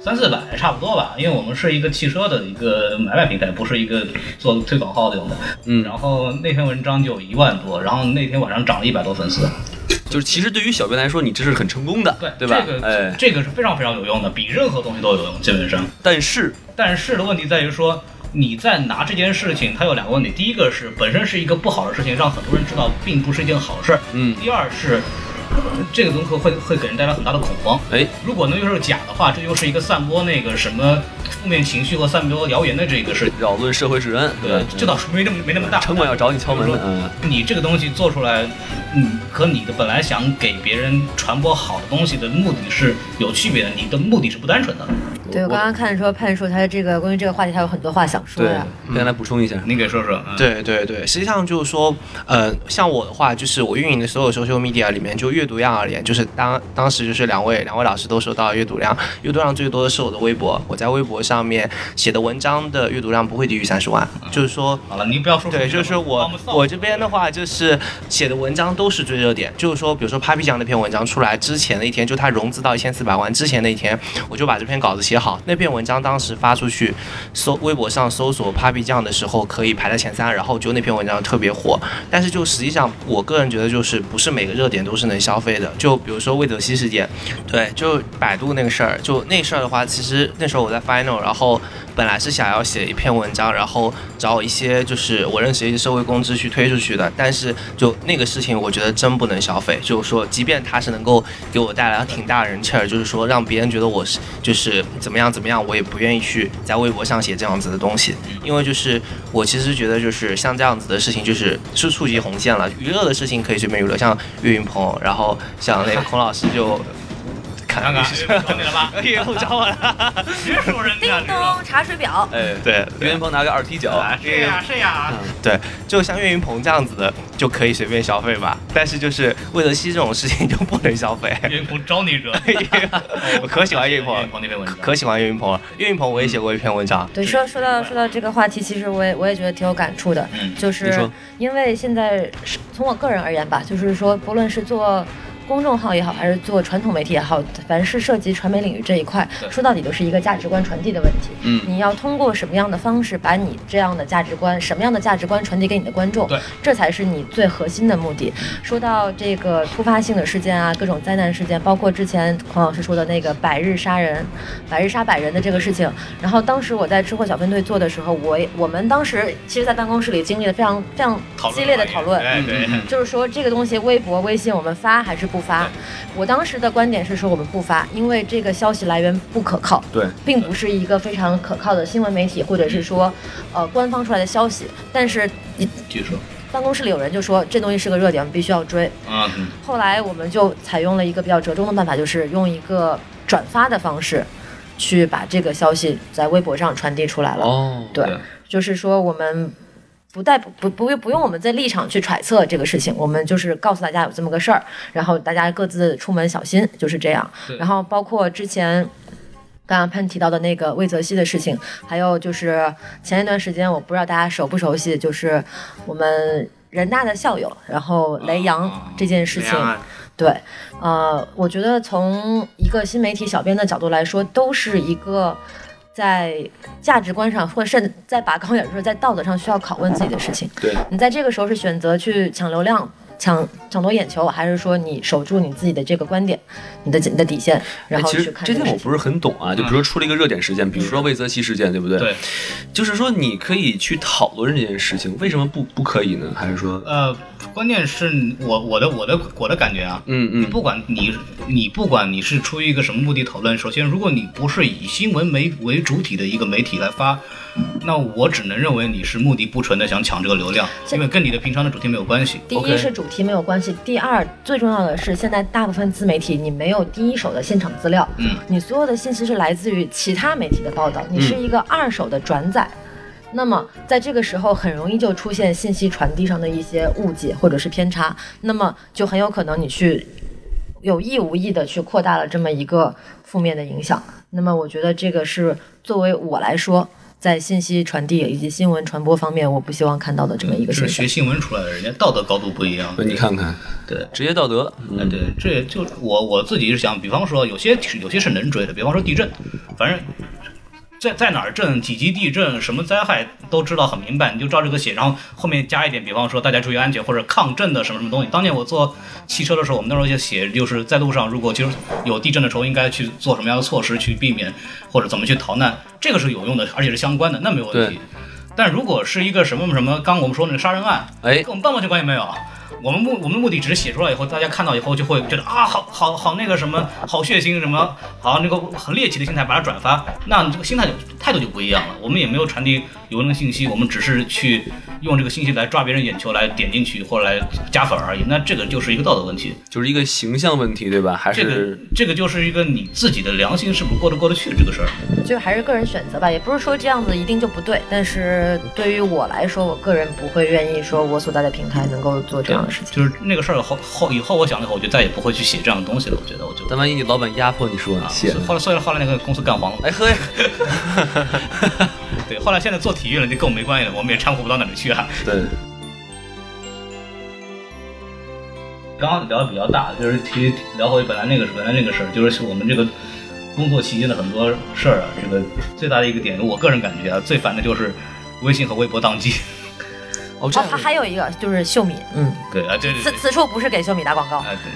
三四百差不多吧，因为我们是一个汽车的一个买卖平台，不是一个做推广号这种的，
嗯
然后那篇文章就有一万多，然后那天晚上涨了一百多粉丝。
就是其实对于小编来说，你这是很成功的，
对
对吧
这？个、
哎，
这个是非常非常有用的，比任何东西都有用，基本上。
但是
但是的问题在于说，你在拿这件事情，它有两个问题：第一个是本身是一个不好的事情，让很多人知道并不是一件好事儿；
嗯，
第二是。呃这个东西会会给人带来很大的恐慌。
哎，
如果那又是假的话，这又是一个散播那个什么负面情绪和散播谣言的这个事情。
扰乱社会治安，
对，
吧
这倒是没那么没那么大。
城管要找你敲门的，嗯，
你这个东西做出来，嗯，和你的本来想给别人传播好的东西的目的是有区别的，你的目的是不单纯的。
对我刚刚看说盼说他这个关于这个话题，他有很多话想说
对
呀。，
跟来补充一下。
你给说说。嗯，
对对对，实际上就是说，呃，像我的话，就是我运营的所有 social media 里面，就阅读量而言，就是当当时就是两位两位老师都收到阅读量，阅读量最多的是我的微博，我在微博上面写的文章的阅读量不会低于三十万，就是说。
好了，您不要说出去
对，
了
就是我
帮不上
我这边的话，就是写的文章都是追热点，就是说，比如说 Papi 酱那篇文章出来之前的一天，就它融资到一千四百万之前那一天，我就把这篇稿子写好。那篇文章当时发出去，搜微博上搜索 Papi 酱的时候，可以排在前三，然后就那篇文章特别火。但是就实际上，我个人觉得就是不是每个热点都是能消费的。就比如说魏则西事件，对，就百度那个事儿，就那事儿的话，其实那时候我在 Final，然后本来是想要写一篇文章，然后找一些就是我认识一些社会公知去推出去的，但是就那个事情，我觉得真不能消费。就是说，即便它是能够给我带来挺大人气儿，就是说让别人觉得我是就是怎么样怎么样，我也不愿意去在微博上写这样子的东西，因为就是我其实觉得就是像这样子的事情，就是是触及红线了。娱乐的事情可以随便娱乐，像岳云鹏，然后像那个孔老师就。看
看看，找你了吧？
以后找我了。
啊 别说人
叮
家这个。
咚，查水表。
哎，
对
岳云鹏拿个二踢脚，哎
啊，是呀是呀，
对，就像岳云鹏这样子的就可以随便消费吧，但是就是魏则西这种事情就不能消费。
岳云鹏招你惹 你，
我可喜欢岳云
岳
鹏
云，鹏那篇文章，
可喜欢岳云鹏了。岳云鹏我也写过一篇文章，
对，说说到说到这个话题，其实我也我也觉得挺有感触的，
嗯
就
你
是
说
因为现在是从我个人而言吧，就是说，不论是做公众号也好，还是做传统媒体也好，凡是涉及传媒领域这一块
对，
说到底都是一个价值观传递的问题。
嗯
你要通过什么样的方式把你这样的价值观，什么样的价值观传递给你的观众
对，
这才是你最核心的目的。说到这个突发性的事件啊，各种灾难事件，包括之前孔老师说的那个百日杀人、百日杀百人的这个事情，然后当时我在吃货小分队做的时候，我也我们当时其实，在办公室里经历了非常非常
讨论
激烈的讨论，哎
哎对对，
嗯
就是说这个东西，微博、微信我们发还是不发？我当时的观点是说我们不发，因为这个消息来源不可靠，
对，
并不是一个非常可靠的新闻媒体或者是说，呃，官方出来的消息。但是一
据说，
办公室里有人就说这东西是个热点，我们必须要追。
啊嗯，
后来我们就采用了一个比较折中的办法，就是用一个转发的方式，去把这个消息在微博上传递出来了。
嗯
哦，
对，就是说我们不带不不不不用我们在立场去揣测这个事情，我们就是告诉大家有这么个事儿，然后大家各自出门小心，就是这样
对。
然后包括之前。刚刚潘提到的那个魏则西的事情，还有就是前一段时间，我不知道大家熟不熟悉，就是我们人大的校友，然后雷洋
啊
这件事情，
怎么样啊
对，呃，我觉得从一个新媒体小编的角度来说，都是一个在价值观上，或者甚在拔高点说，在道德上需要拷问自己的事情。
对，
你在这个时候是选择去抢流量、抢抢夺眼球，还是说你守住你自己的这个观点、你的你的底线，然后
哎其
去
实
看
这
这
点
个
我
事情？
不是很懂啊，就比如说出了一个热点事件，比如说魏则西事件，对不对？
嗯对，
就是说你可以去讨论这件事情，为什么不不可以呢？还是说，
呃，关键是我我的我的我的感觉啊，
嗯
你
嗯，
不管你你不管你是出于一个什么目的讨论，首先如果你不是以新闻媒为主体的一个媒体来发，那我只能认为你是目的不纯的想抢这个流量，因为跟你的平常的主题没有关系。
第一是主题没有关系，第二最重要的是，现在大部分自媒体你没有第一手的现场资料，
嗯，
你所有的信息是来自于其他媒体的报道，你是一个二手的转载。那么，在这个时候，很容易就出现信息传递上的一些误解或者是偏差，那么就很有可能你去有意无意的去扩大了这么一个负面的影响。那么，我觉得这个是作为我来说，在信息传递以及新闻传播方面，我不希望看到的这么一个
这
现
嗯是
象
学。新闻出来的，人家道德高度不一样。
你看看
对。
职业道德，嗯
哎，对，这也就我我自己是想，比方说有些有些是能追的，比方说地震，反正在在哪儿震，几级地震，什么灾害都知道很明白，你就照这个写，然后后面加一点，比方说大家注意安全或者抗震的什么什么东西。当年我坐汽车的时候，我们那时候就写，就是在路上如果就是有地震的时候，应该去做什么样的措施去避免，或者怎么去逃难，这个是有用的，而且是相关的，那没有问题
对。
但如果是一个什么什么，刚我们说那个杀人案，
哎
跟我们半毛钱关系没有。我们目我们目的只是写出来以后，大家看到以后就会觉得啊，好好好那个什么，好血腥什么，好那个很猎奇的心态把它转发，那你这个心态就态度就不一样了。我们也没有传递有用的信息，我们只是去用这个信息来抓别人眼球，来点进去或者来加粉而已。那这个就是一个道德问题，
就是一个形象问题，对吧？还
这个
是
这个就是一个你自己的良心是不是过得过得去这个事儿。
就还是个人选择吧，也不是说这样子一定就不对。但是对于我来说，我个人不会愿意说我所在的平台能够做这样的事情。
就是那个事儿后后以后我想了以后，我就再也不会去写这样的东西了。我觉得我就
但万一你老板压迫你说
啊，
写
后来虽然后来那个公司干黄了，
来喝 呀，
对，后来现在做体育了，就跟我没关系了，我们也掺和不到哪里去啊。
对，
刚刚聊的比较大，就是提聊回本来那个本来那个事儿，就是我们这个工作期间的很多事儿啊，这个最大的一个点，我个人感觉啊，最烦的就是微信和微博宕机。
哦，这
哦
样，
还还有一个就是秀米，嗯，
对啊，对对
此
对，
此处不是给秀米打广告，
啊对。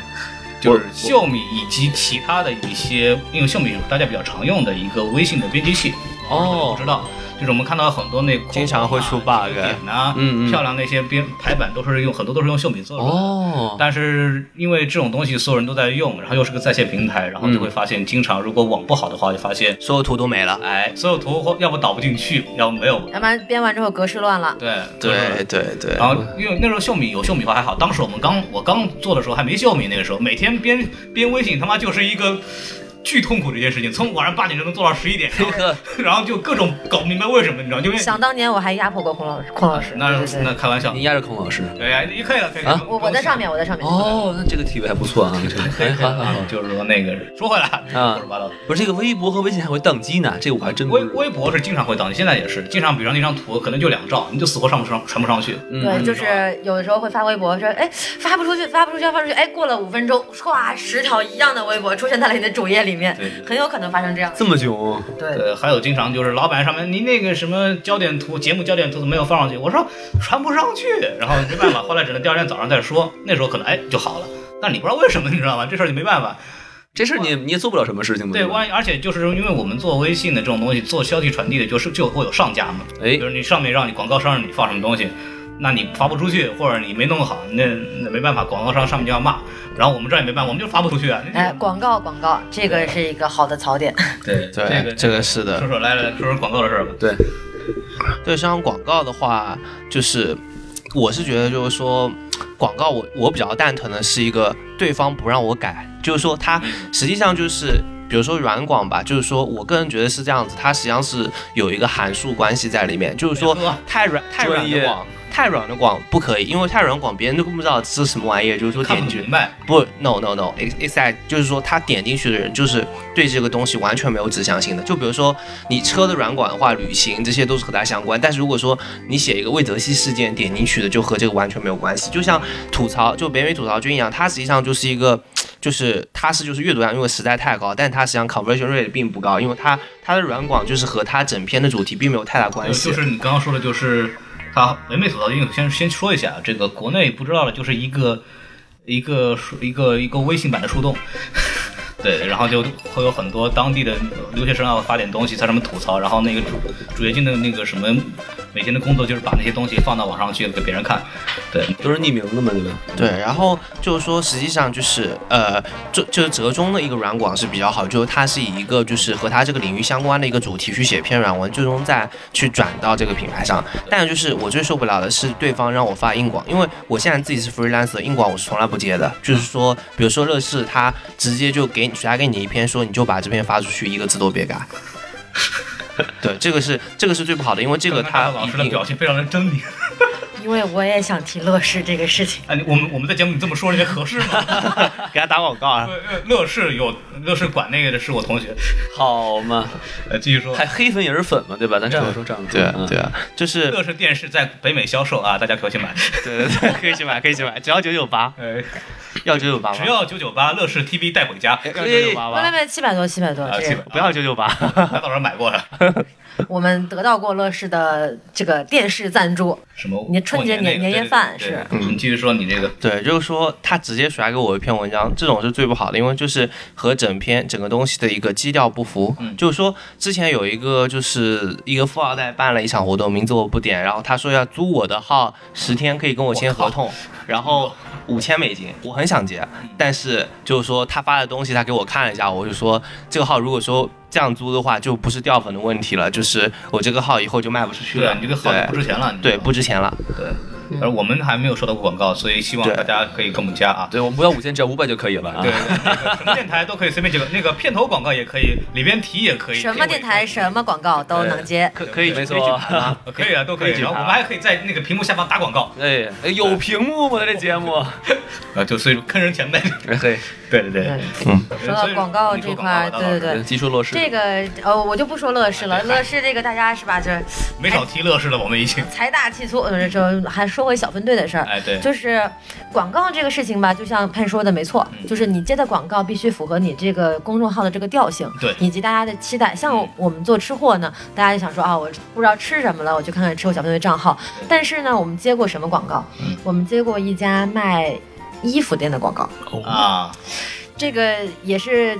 就是秀米以及其他的一些，因为秀米是大家比较常用的一个微信的编辑器，我
哦
不知道，就是我们看到很多那空
经常会出 bug
点啊，
嗯嗯
漂亮那些编排版都是用很多都是用秀米做的，
哦，
但是因为这种东西所有人都在用，然后又是个在线平台，然后就会发现，经常如果网不好的话，就发现，
所有图都没了。
哎，所有图或要不导不进去，要不没有，
要不然编完之后格式乱了。
对
对。对对
然，后因为那时候秀米有秀米话还好，当时我们刚我刚做的时候还没秀米，那个时候每天编编微信他妈就是一个。巨痛苦这件事情，从晚上八点钟能做到十一点，然后 然后就各种搞不明白为什么，你知道？就因为
想当年我还压迫过孔老师，孔老师，
那
对对
那
对，
开玩笑
你，压着孔老师。
对呀，你可以了，可以了
啊
不
我
用
我在
想
上 面，我在上面。
哦，那这个体位还不错啊，这个
可以
哎，
可以
好
了
好
啊
好，。
就是说那个说回来，
啊
胡说八道。
不是这个微博和微信还会宕机呢，这我还真不
微
知道。
微博是经常会宕机，现在也是经常，比如说那张图可能就两兆，你就死活上不上传不上去。
嗯
对，就是有的时候会发微博说，哎，发不出去，发不出去，发不出去，哎，过了五分钟，唰，十条一样的微博出现在了你的主页里面
对对，
很有可能发生这样的。
这么啊久，
对，
呃，还有经常就是老板上面你那个什么焦点图、节目焦点图怎么没有放上去？我说传不上去，然后没办法，后来只能第二天早上再说。那时候可能哎就好了，但你不知道为什么，你知道吗？这事儿就没办法。
这事儿你也你也做不了什么事情的。
对，
吧
万一而且就是因为我们做微信的这种东西，做消息传递的，就是就会有上架嘛。
哎
比，如你上面让你广告商让你放什么东西，那你发不出去，或者你没弄好，那那没办法，广告商上面就要骂。然后我们这儿也没办法，我们就发不出去啊。
哎，广告广告，这个是一个好的槽点。
对这
对
个
这个是的
说。说来来说说广告的事儿吧。
对，
对，像广告的话，就是我是觉得就是说，广告我我比较蛋疼的是一个对方不让我改，就是说他实际上就是。比如说软广吧，就是说我个人觉得是这样子，它实际上是有一个函数关系在里面，就是说
哎呀呵
太软太软
专业
的广太软的广不可以，因为太软的广别人都不知道这是什么玩意儿，就是说
看
点
不
进去
明白，
不，no no no，exact 就是说他点进去的人就是对这个东西完全没有指向性的。就比如说你车的软管的话，旅行这些都是和它相关，但是如果说你写一个魏则西事件点进去的，就和这个完全没有关系。就像吐槽，就北美吐槽君一样，它实际上就是一个。就是它是就是阅读量因为实在太高，但它实际上 conversion rate 并不高，因为它它的软广就是和它整篇的主题并没有太大关
就
系。
是你刚刚说的，就是他唯美吐槽君，先先说一下这个国内不知道的，就是一个一个一个一个微信版的树洞。 对，然后就会有很多当地的留学生啊发点东西，在上面吐槽，然后那个主主页君的那个什么每天的工作就是把那些东西放到网上去给别人看，对，
都是匿名的嘛，对吧？
对，然后就是说，实际上就是呃，就就是折中的一个软广是比较好，就是它是以一个就是和它这个领域相关的一个主题去写篇软文，最终再去转到这个品牌上。但就是我最受不了的是对方让我发硬广，因为我现在自己是 freelancer，硬广我是从来不接的。就是说，比如说乐视，它直接就给你甩给你一篇，说你就把这篇发出去，一个字都别改。 对，这个是这个是最不好的，因为这个它
老师
一
的
定
表情非常的狰狞。
因为我也想提乐视这个事情。
哎，我们我们在节目里这么说，人家合适吗？
给他打广 告啊。
呃乐视有乐视管那个的是我同学，
好嘛，
呃，继续说。
还黑粉也是粉嘛，对吧？咱这样说，这样说，
对啊
嗯
对啊，就是
乐视电视在北美销售啊，大家可以去买。
对对对，可以去买，可以去买，只要九九八。
哎，
要九九八
只
吗？
要九九八乐视 TV 带回家，
要九九八
外
吗？
卖七百多，七百多，
啊，
这
基
个
本
不要九九 八，
他到时候买过了。
我们得到过乐视的这个电视赞助，
什么过
你
年那个？
春节年
对
年夜饭
对
是
对你继续说你这个
对，就是说他直接甩给我一篇文章，这种是最不好的，因为就是和整篇整个东西的一个基调不符。
嗯
就是说之前有一个就是一个富二代办了一场活动，名字我不点，然后他说要租我的号十天，可以跟我签合同，然后五千美金，我很想接，但是就是说他发的东西，他给我看了一下，我就说这个号如果说。这样租的话，就不是掉粉的问题了，就是我这个号以后就卖不出去
对啊
了。
你这个号就不值钱了，你
对，
这
对
个
不值钱了。
对。而我们还没有收到过广告，所以希望
对
大家可以给我们加啊。
对，我们不要五千，只要五百就可以了啊。
对，那个 什么电台都可以随便几个，那个片头广告也可以，里边题也可以。
什么电台
是？
什么广告都能接。
可可以
没
可
错
以举牌吗？
可以啊，都可
可以
以。
举
然后我们还可以在那个屏幕下方打广告，
哎，哎有屏幕吗？这节目？
啊，就所以坑人钱呗。
嘿，
对对
对
对，，
嗯说到广告这块儿，对对
嗯
对，
技术落实。
这个呃、我就不说乐
啊
视了，乐视这个大家是吧？这
没少提乐视了，我们已 经。
财大气粗，呃，这还说回小分队的事儿。
哎，对，
就是广告这个事情吧，就像潘说的没错，
嗯
就是你接的广告必须符合你这个公众号的这个调性，
对
以及大家的期待。像
嗯
我们做吃货呢，大家就想说啊，我不知道吃什么了，我去看看吃货小分队账号。但是呢，我们接过什么广告
嗯？
我们接过一家卖衣服店的广告，
啊，
这个也是。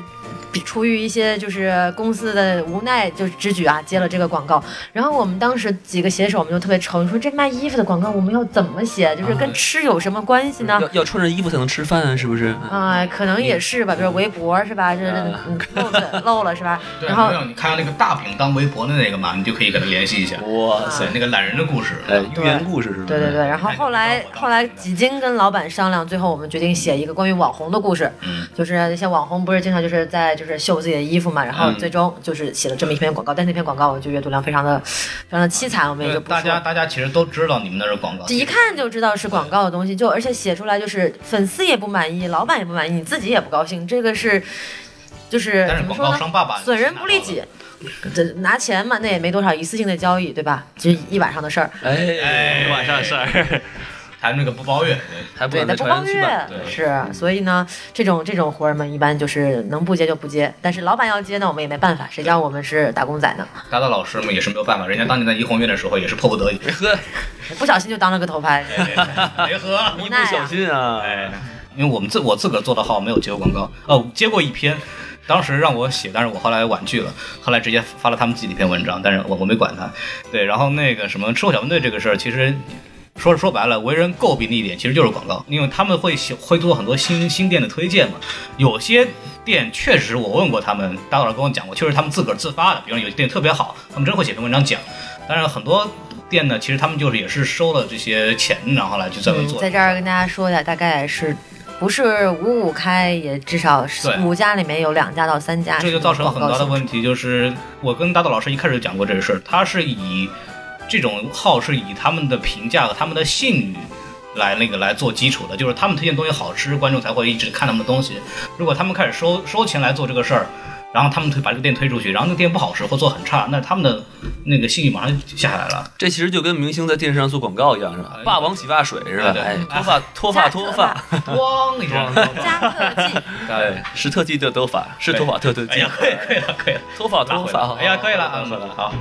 比出于一些就是公司的无奈，就是之举啊，接了这个广告。然后我们当时几个写手，我们就特别愁，你说这卖衣服的广告我们要怎么写？就是
嗯
跟吃有什么关系呢？
要要穿着衣服才能吃饭啊，是不是？
啊、可能也是
嗯
吧，比如围脖是吧，这这
啊
嗯漏 子漏了是吧？然后
让你看那个大饼当围脖的那个嘛，你就可以跟他联系一下。
哇塞，
对，那个懒人的故事，
哎，寓言故事是不是？
嗯啊对对对，然后
看你
后来
知道我当时
后来
的
几经跟老板商量，最后我们决定写一个关于网红的故事，
嗯
就是那些网红不是经常就是在就是秀自己的衣服嘛，然后
嗯
最终就是写了这么一篇广告，但是那篇广告我就阅读量非常的非常的凄惨，我们也
对
就，不
大
说
家
了。
大家其实都知道你们那是广告
这，一看就知道是广告的东西，就而且写出来就是粉丝也不满意，老板也不满意，你自己也不高兴，这个是就是
但
怎
是
么
广
说
告
呢？
商爸爸
损人不利己。这拿钱嘛，那也没多少，一次性的交易，对吧？就一晚上的事儿，
哎，
哎
晚上的事儿，
还有那个不包月，
还不
对，
敢
那
再
不
传
包
人去吧
月？是，所以呢，这种这种活儿嘛，一般就是能不接就不接，但是老板要接呢，我们也没办法，谁叫我们是打工仔呢？
大大老师们也是没有办法，人家当年在怡红院的时候也是迫不得已， 哎
呵，
不小心就当了个头牌，
没喝。
无
一
奈
不小
啊。
心啊，
哎，因为我们自我自个儿做的号没有接过广告，哦，接过一篇，当时让我写，但是我后来婉拒了，后来直接发了他们自己的一篇文章，但是我我没管他。对，然后那个什么吃货小分队这个事儿，其实。说说白了，为人诟病的一点其实就是广告，因为他们会写会做很多新新店的推荐嘛。有些店确实我问过他们，大老师跟我讲过，确实他们自个儿自发的，比如有些店特别好，他们真会写篇文章讲。但是很多店呢，其实他们就是也是收了这些钱，然后来去这么
嗯
做。，
在这儿跟大家说一下，大概是。不是五五开，也至少是
对
五家里面有两家到三家，
这就造成很大的问题，就是我跟大豆老师一开始就讲过这个事儿，他是以这种号是以他们的评价和他们的信誉。来那个来做基础的，就是他们推荐东西好吃，观众才会一直看他们的东西。如果他们开始收收钱来做这个事儿，然后他们推把这个店推出去，然后那个店不好吃或做很差，那他们的那个信誉马上就下来了。
这其实就跟明星在电视上做广告一样，是吧
哎？
霸王洗发水是吧？
对对
哎，脱发脱发脱发，
咣一下，
加特技，
哎，是特技的脱发，是脱发特特
哎
技
呀，，可以可以了，可以了。
脱发
拉
脱
回
发
来，，哎呀，可以了，
好
嗯
好好好
好。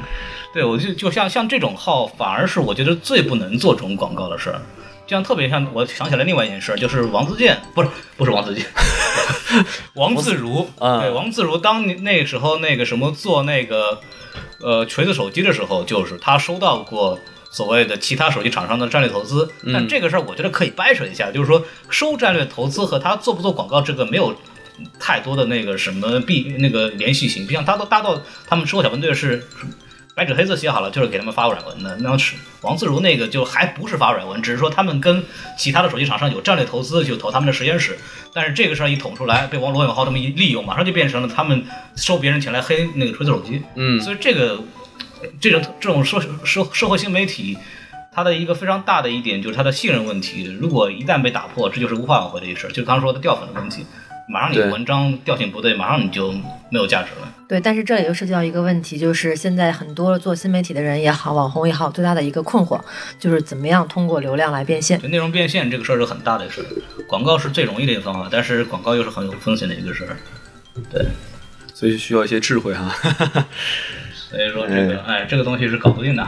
对，我就就像像这种号，反而是我觉得最不能做这种广告的事儿。这样特别像，我想起来另外一件事，就是王自健，不是不是王 自健，王自嗯如，
啊
对，王自如当年那时候那个什么做那个呃锤子手机的时候，就是他收到过。所谓的其他手机厂商的战略投资，但这个事儿我觉得可以掰扯一下，就是说收战略投资和他做不做广告这个没有太多的那个什么必那个联系性，不像大到大到他们说小分队是白纸黑字写好了，就是给他们发软文的。那是王自如那个就还不是发软文，只是说他们跟其他的手机厂商有战略投资，就投他们的实验室。但是这个事儿一捅出来，被王罗永浩这么一利用，马上就变成了他们收别人钱来黑那个锤子手机。
嗯，
所以这个这种这种社社社会新媒体。它的一个非常大的一点就是它的信任问题，如果一旦被打破，这就是无法挽回的一事儿。就刚刚说的掉粉的问题，马上你
对
文章调性不对，马上你就没有价值了。
对，但是这也就涉及到一个问题，就是现在很多做新媒体的人也好，网红也好，最大的一个困惑就是怎么样通过流量来变现。
就内容变现这个事儿是很大的事儿。广告是最容易的一个方法，但是广告又是很有风险的一个事儿。对，
所以需要一些智慧啊哈、
所以说这个，哎，这个东西是搞不定的。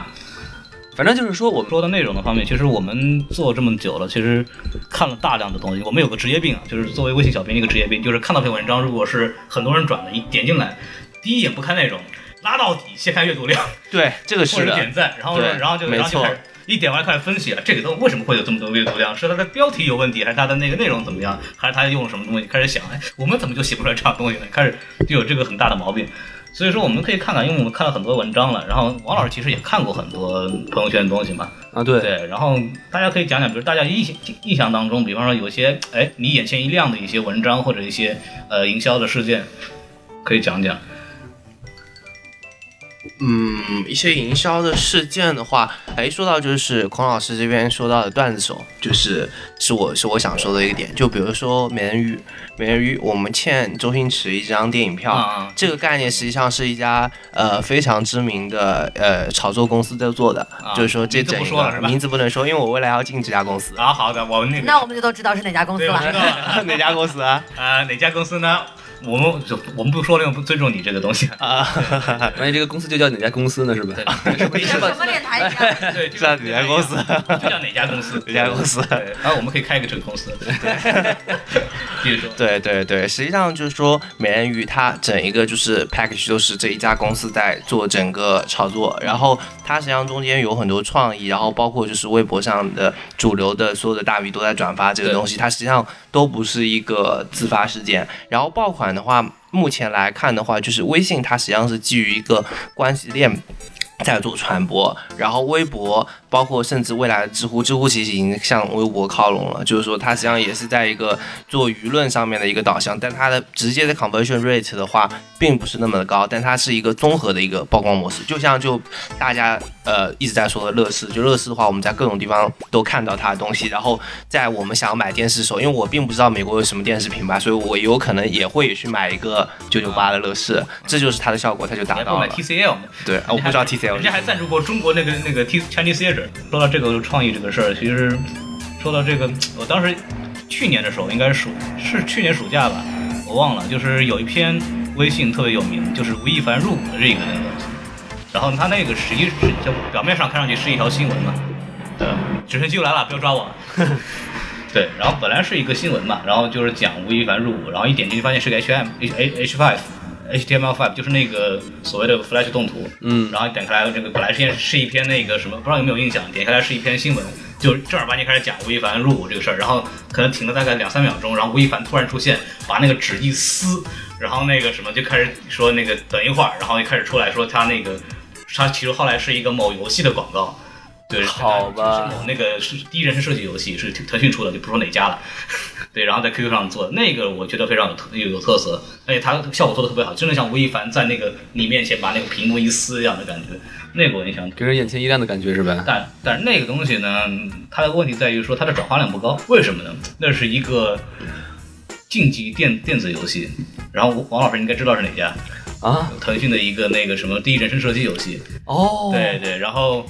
反正就是说，我们
说到内容的方面，其实我们做这么久了，其实看了大量的东西。我们有个职业病啊，就是作为微信小编的一个职业病，就是看到篇文章，如果是很多人转的，一点进来，第一眼不看内容，拉到底，先看阅读量
对，这个
或
是
者
的
点，赞，然后
对
然后就
没
然后就
错
开始一点完开始分析了，这个东西为什么会有这么多阅读量？是它的标题有问题，还是它的那个内容怎么样？还是它用了什么东西？开始想，哎，我们怎么就写不出来这样的东西呢？开始就有这个很大的毛病。所以说我们可以看看，因为我们看了很多文章了，然后王老师其实也看过很多朋友圈的东西嘛，
啊，对，
对，然后大家可以讲讲，比如大家印象印象当中，比方说有些哎你眼前一亮的一些文章或者一些呃营销的事件，可以讲讲。
嗯，一些营销的事件的话，哎，说到就是孔老师这边说到的段子手，就是是我是我想说的一个点，就比如说美人鱼，美人鱼，我们欠周星驰一张电影票，
啊啊
这个概念实际上是一家呃非常知名的呃炒作公司在做的，
啊
就是说这
名字
整
不
一
说了是
个
吧
名字不能说，因为我未来要进这家公司，
啊，好的，我们那个
那我们就都知道是哪家公司
对，我知
了。
道了。
哪家公司啊？
啊、哪家公司呢？我们就我们不说了，因为我不尊重你这个东西。
啊，
关于这个公司就叫哪家公司呢？是吧？
对，
像什么电台一样，
对，就
知道哪家公司？
就叫哪家公司？
哪家公司
对，然后我们可以开一个这个公司。对，继续说。
对对对，实际上就是说，美人鱼它整一个就是 package 都是这一家公司在做整个炒作，然后它实际上中间有很多创意，然后包括就是微博上的主流的所有的大 V 都在转发这个东西，它实际上都不是一个自发事件。然后爆款的话，目前来看的话，就是微信它实际上是基于一个关系链在做传播，然后微博，包括甚至未来的知乎，知乎其实已经向微博靠拢了，就是说它实际上也是在一个做舆论上面的一个导向，但它的直接的 conversion rate 的话，并不是那么的高，但它是一个综合的一个曝光模式，就像就大家呃一直在说的乐视，就乐视的话，我们在各种地方都看到它的东西，然后在我们想要买电视的时候，因为我并不知道美国有什么电视品牌，所以我有可能也会去买一个九九八的乐视，这就是它的效果，它就
你
达
还不
到
买
了。
TCL 吗？
对，啊我不知道 TCL
人
是
家
什
还
么
赞助过中国那个那个 T Chinese Theater。说到这个创意这个事儿，其实说到这个，我当时去年的时候，应该是暑是去年暑假吧，我忘了，就是有一篇微信特别有名，就是吴亦凡入股的这个那个，然后他那个实际是就表面上看上去是一条新闻嘛，对，直升机又来了，不要抓 我。对，然后本来是一个新闻嘛，然后就是讲吴亦凡入伍，然后一点进去发现是个 H M H H H five HTML five，就是那个所谓的 Flash 动图，
嗯
然后点开来这个本来是一篇是一篇那个什么，不知道有没有印象，点开来是一篇新闻，就是正儿八经开始讲吴亦凡入伍这个事儿，然后可能停了大概两三秒钟，然后吴亦凡突然出现，把那个纸一撕，然后那个什么就开始说那个等一会儿，然后就开始出来说他那个他其实后来是一个某游戏的广告。对，
好吧
是某那个是第一人称射击游戏，是腾讯出的，就不说哪家了。对，然后在 QQ 上做的那个，我觉得非常有特有有特色，而且它效果做的特别好，真的像吴亦凡在那个你面前把那个屏幕一撕一样的感觉，那个我印象。
给人眼前一亮的感觉是吧？
但但是那个东西呢，它的问题在于说它的转化量不高，为什么呢？那是一个竞技电电子游戏，然后王王老师应该知道是哪家，
啊，
腾讯的一个那个什么第一人称射击游戏，
哦，
对，对，然后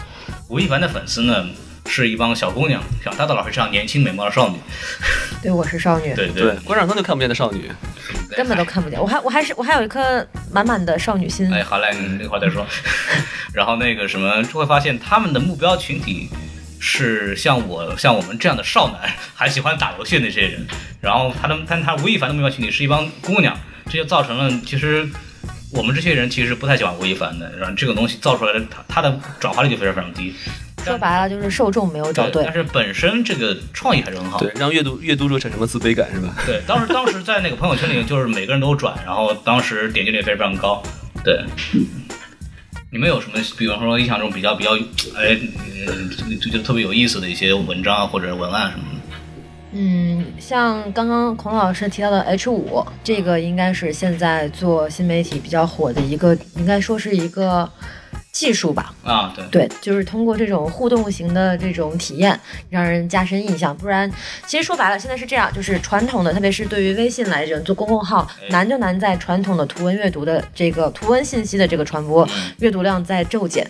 吴亦凡的粉丝呢，是一帮小姑娘，像她的老师这样年轻美貌的少女。
对，我是少女，
对
对，关上灯就看不见的少女，
根本都看不见。我还我还是我还有一颗满满的少女心。
哎，好嘞，你那会儿再说。 然后那个什么，就会发现他们的目标群体是像我像我们这样的少男，还喜欢打游戏的那些人。然后他的但他吴亦凡的目标群体是一帮姑娘，这就造成了其实。我们这些人其实不太喜欢吴亦凡的，然后这个东西造出来的，他他的转化率就非常非常低。
说白了就是受众没有找哦对
但。是本身这个创意还是很好。
对，让阅读阅读者产生了自卑感是吧？
对，当时当时在那个朋友圈里，就是每个人都转，然后当时点击率也非常高。对，
嗯
你们有什么，比方说印象中比较比较，哎，嗯就就特别有意思的一些文章啊或者文案什么的？
嗯，像刚刚孔老师提到的 H 五，这个应该是现在做新媒体比较火的一个，应该说是一个技术吧，
啊，对，
对，就是通过这种互动型的这种体验，让人加深印象。不然，其实说白了，现在是这样，就是传统的，特别是对于微信来讲，做公共号
哎
难就难在传统的图文阅读的这个图文信息的这个传播，
嗯
阅读量在骤减。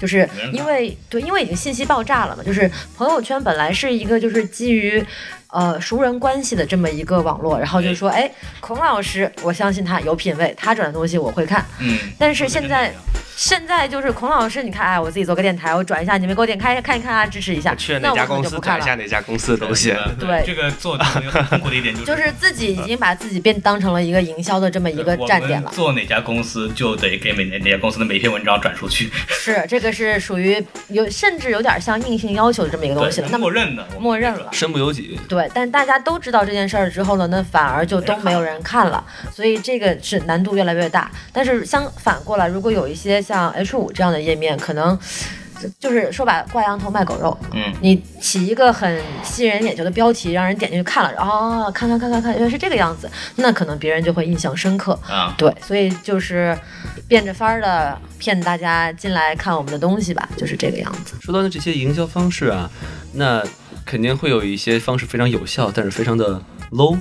就是因为对，因为已经信息爆炸了嘛，就是朋友圈本来是一个就是基于。呃，熟人关系的这么一个网络，然后就说，哎，孔老师，我相信他有品位，他转的东西我会看。
嗯，
但是现在现在就是孔老师，你看，哎，我自己做个电台，我转一下，你们给我点开看一看啊，支持一下。
去了
那
哪
我
家
可能
公
就
司
不
转
看
一下
了。
哪家公司的东西
对。对
对
这个做 很痛苦的一点就
就是是自己已经把自己变当成了一个营销的这么一个
我
站点
们
了，
做哪家公司就得给每哪家公司的每篇文章转出去，
是这个是属于有甚至有点像硬性要求的这么一个东西了，
对
那
默
么
认的，我们
默认了。
身不由己。
对，但大家都知道这件事儿之后呢，那反而就都没有人看了，所以这个是难度越来越大。但是相反过来，如果有一些像 H 五这样的页面，可能就是说白了，挂羊头卖狗肉，
嗯，
你起一个很吸引人眼球的标题，让人点进去看了，哦，看看看看看，原来是这个样子，那可能别人就会印象深刻。
啊，
对，所以就是变着法儿的骗大家进来看我们的东西吧，就是这个样子。
说到的这些营销方式啊，那肯定会有一些方式非常有效，但是非常的 low。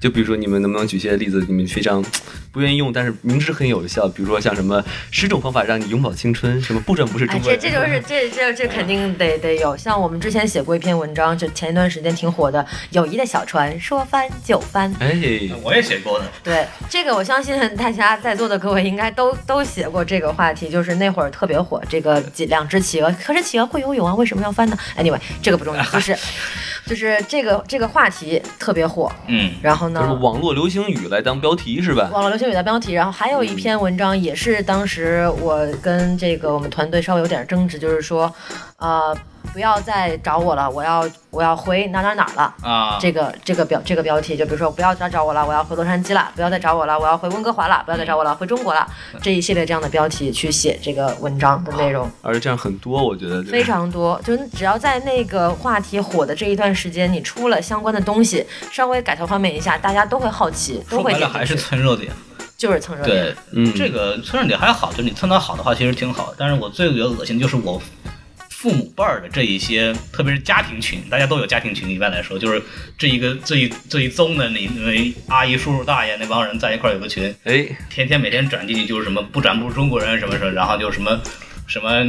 就比如说，你们能不能举些例子？你们非常不愿意用，但是明知很有效，比如说像什么十种方法让你永葆青春，什么不准不是
哎
中，国
这
人，
这就是这这这肯定得得有。像我们之前写过一篇文章，就前一段时间挺火的，《友谊的小船》，说翻就翻。
哎，
我也写过的，
对这个，我相信大家在座的各位应该都都写过这个话题，就是那会儿特别火，这个几两只企鹅，可是企鹅会游泳啊，为什么要翻呢？Anyway，这个不重要， 就是就是这个这个话题特别火，
嗯，
然后呢
就是，网络流行语来当标题是吧？
网络流行语的标题，然后还有一篇文章也是当时我跟这个我们团队稍微有点争执，就是说，呃，不要再找我了，我要我要回哪哪哪儿了。
啊，
这个这个标这个标题，就比如说不要再找我了，我要回洛杉矶了；不要再找我了，我要回温哥华了；不要再找我了，回中国了。
嗯
这一系列这样的标题去写这个文章的内
啊
容
而且这样很多，我觉得
非常多，就是只要在那个话题火的这一段时间，你出了相关的东西，稍微改头换面一下，大家都会好奇，都
说
会
白了
点进
还是
去
蹭热点，
就是蹭热点。
对，
嗯
这个蹭热点还好，就是你蹭到好的话其实挺好，但是我最觉得恶心的就是我。父母辈儿的这一些，特别是家庭群，大家都有家庭群。一般来说，就是这一个这一这一宗的你，你阿姨、叔叔、大爷那帮人在一块儿有个群，
哎，
天天每天转进去就是什么不转不是中国人什么什么，然后就什么什么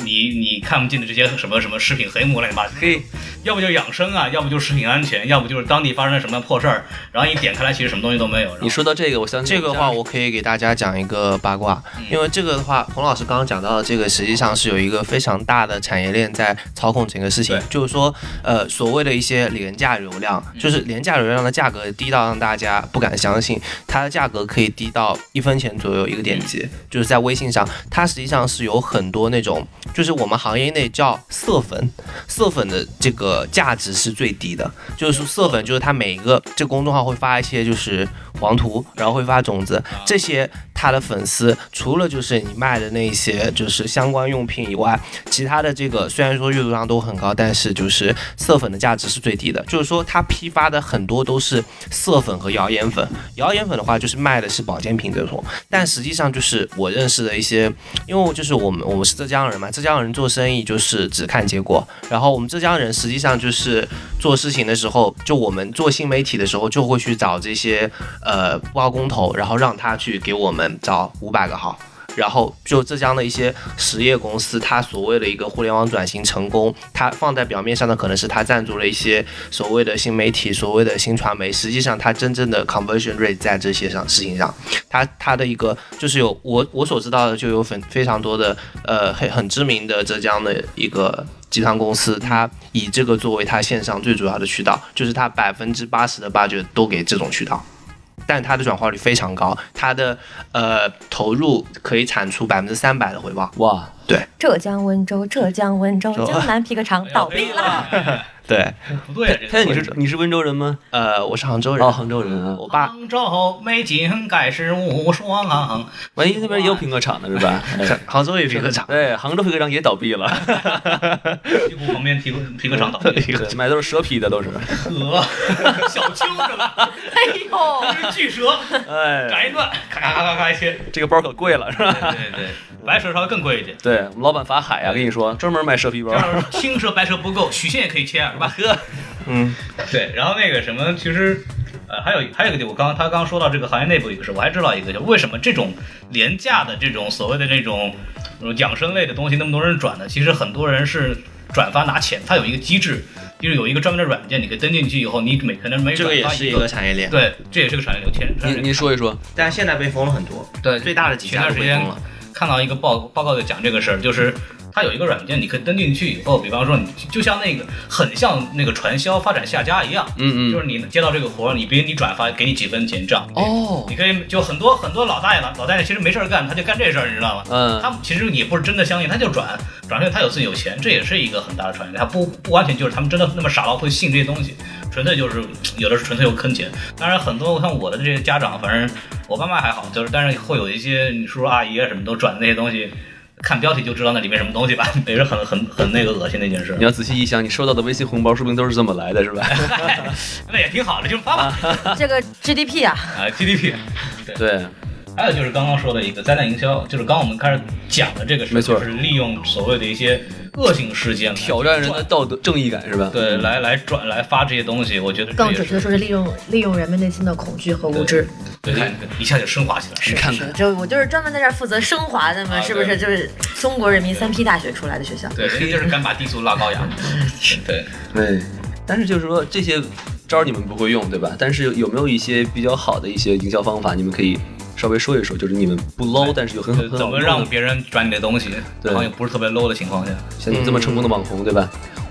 你你看不见的这些什么什么食品黑幕乱七八糟，
嘿，
要不就养生啊，要不就食品安全，要不就是当地发生了什么破事儿，然后一点开来其实什么东西都没有。然后
你说到这个，我嗯相信
这个的话，我可以给大家讲一个八卦，因为这个的话，孔老师刚刚讲到的这个，实际上是有一个非常大的产业链在操控整个事情
对。
就是说，呃，所谓的一些廉价流量，
嗯
就是廉价流量的价格低到让大家不敢相信，它的价格可以低到一分钱左右一
嗯
个点击，就是在微信上，它实际上是有很多那种，就是我们行业内叫色粉，色粉的这个价值是最低的，就是色粉，就是它每一个这个公众号会发一些就是黄图，然后会发种子，这些它的粉丝除了就是你卖的那些就是相关用品以外，其他的这个虽然说阅读量都很高，但是就是色粉的价值是最低的，就是说它批发的很多都是色粉和谣言粉，谣言粉的话就是卖的是保健品这种，但实际上就是我认识的一些，因为我就是我们我们是浙江人嘛，浙江人做生意就是只看结果，然后我们浙江人实际上就是做事情的时候，就我们做新媒体的时候就会去找这些呃报告公投，然后让他去给我们找五百个号。然后就浙江的一些实业公司，它所谓的一个互联网转型成功，它放在表面上的可能是它赞助了一些所谓的新媒体、所谓的新传媒，实际上它真正的 conversion rate 在这些上事情上，它它的一个就是有我我所知道的就有很非常多的呃很很知名的浙江的一个集团公司，它以这个作为它线上最主要的渠道，就是它百分之八十的 budget 都给这种渠道。但它的转化率非常高，它的呃投入可以产出百分之三百的回报。
哇，
浙江温州，浙江温州，
说
江南皮革厂
哎呀
倒闭了。
哎呀
对，
不对啊，
佩
这
恩，你
个
是你是温州人吗？
呃，我是杭州人，
哦，杭州人啊。
我爸
杭州美景盖世无双啊！
万一那边也有评歌厂呢，是吧？哎
杭州也评个厂，
对，哎杭州皮革厂也倒闭 了，
屁股旁边皮革皮革厂倒闭，
对买的都是蛇皮的，都是。
呵，小青是吧？
哎呦，
这是巨蛇，
哎，
改一段，咔咔咔咔咔一切。
这个包可贵了，是吧？
对对对，白蛇稍微更贵一点。
对我们老板法海啊，跟你说，专门卖蛇皮包。
要是青蛇白蛇不够，许仙也可以切啊，是吧？
呵，
嗯，
对，然后那个什么，其实。呃，还有还有一个地方，我刚刚他刚刚说到这个行业内部一个事，我还知道一个，就是为什么这种廉价的这种所谓的那种呃养生类的东西，那么多人转呢？其实很多人是转发拿钱，它有一个机制，就是有一个专门的软件，你可以登进去以后，你每可能每
这
转
个也
发
是
一
一个产业链，
对，这也是个产业流钱。
您您说一说，
但是现在被封了很多，
对
最大的几
前
家
段
都
时
被
间
封了，
看到一个报报告就讲这个事儿，就是它有一个软件，你可以登进去以后，比方说你就像那个很像那个传销发展下家一样，
嗯
就
嗯，
是你接到这个活儿，你比如你转发给你几分钱这样。
哦，
你可以就很多很多老大爷了，老大爷其实没事儿干，他就干这事儿，你知道吗？他们
嗯，
其实也不是真的相信，他就转转出去，他有自己有钱，这也是一个很大的传言。他不不完全就是他们真的那么傻到会信这些东西，纯粹就是有的是纯粹有坑钱。当然，很多像我的这些家长，反正我爸妈还好，就是但是会有一些你叔叔阿姨啊什么都转的那些东西，看标题就知道那里面什么东西吧， 也是很很很那个恶心的一件事
你。要仔细一想，你收到的微信红包说不定都是这么来的，是吧？
那也挺好的，就是发吧
这个 GDP 啊，
啊 GDP。
对，
还有就是刚刚说的一个灾难营销，就是刚刚我们开始讲的这个事，
没错
就是利用所谓的一些恶性事件来
挑战人的
赚
道德正义感，是吧？
对，来来转来发这些东西，我觉得这
更
也
准确
是
的说是利用利用人们内心的恐惧和无知。
对，对一下就升华起来了。
你看看
是，就我就是专门在这儿负责升华的
啊
嘛，是不是？
对
就是中国人民三批大学出来的学校。
对，人家就是敢把低俗拉 高雅。对，
对，但是就是说这些招儿你们不会用，对吧？但是有没有一些比较好的一些营销方法，你们可以稍微说一说，就是你们不 low，但是又很
就
很
怎
好
么
用
让
的，
别人转你的东西，
对
然后也不是特别 low 的情况下，
像你们这么成功的网红，对吧？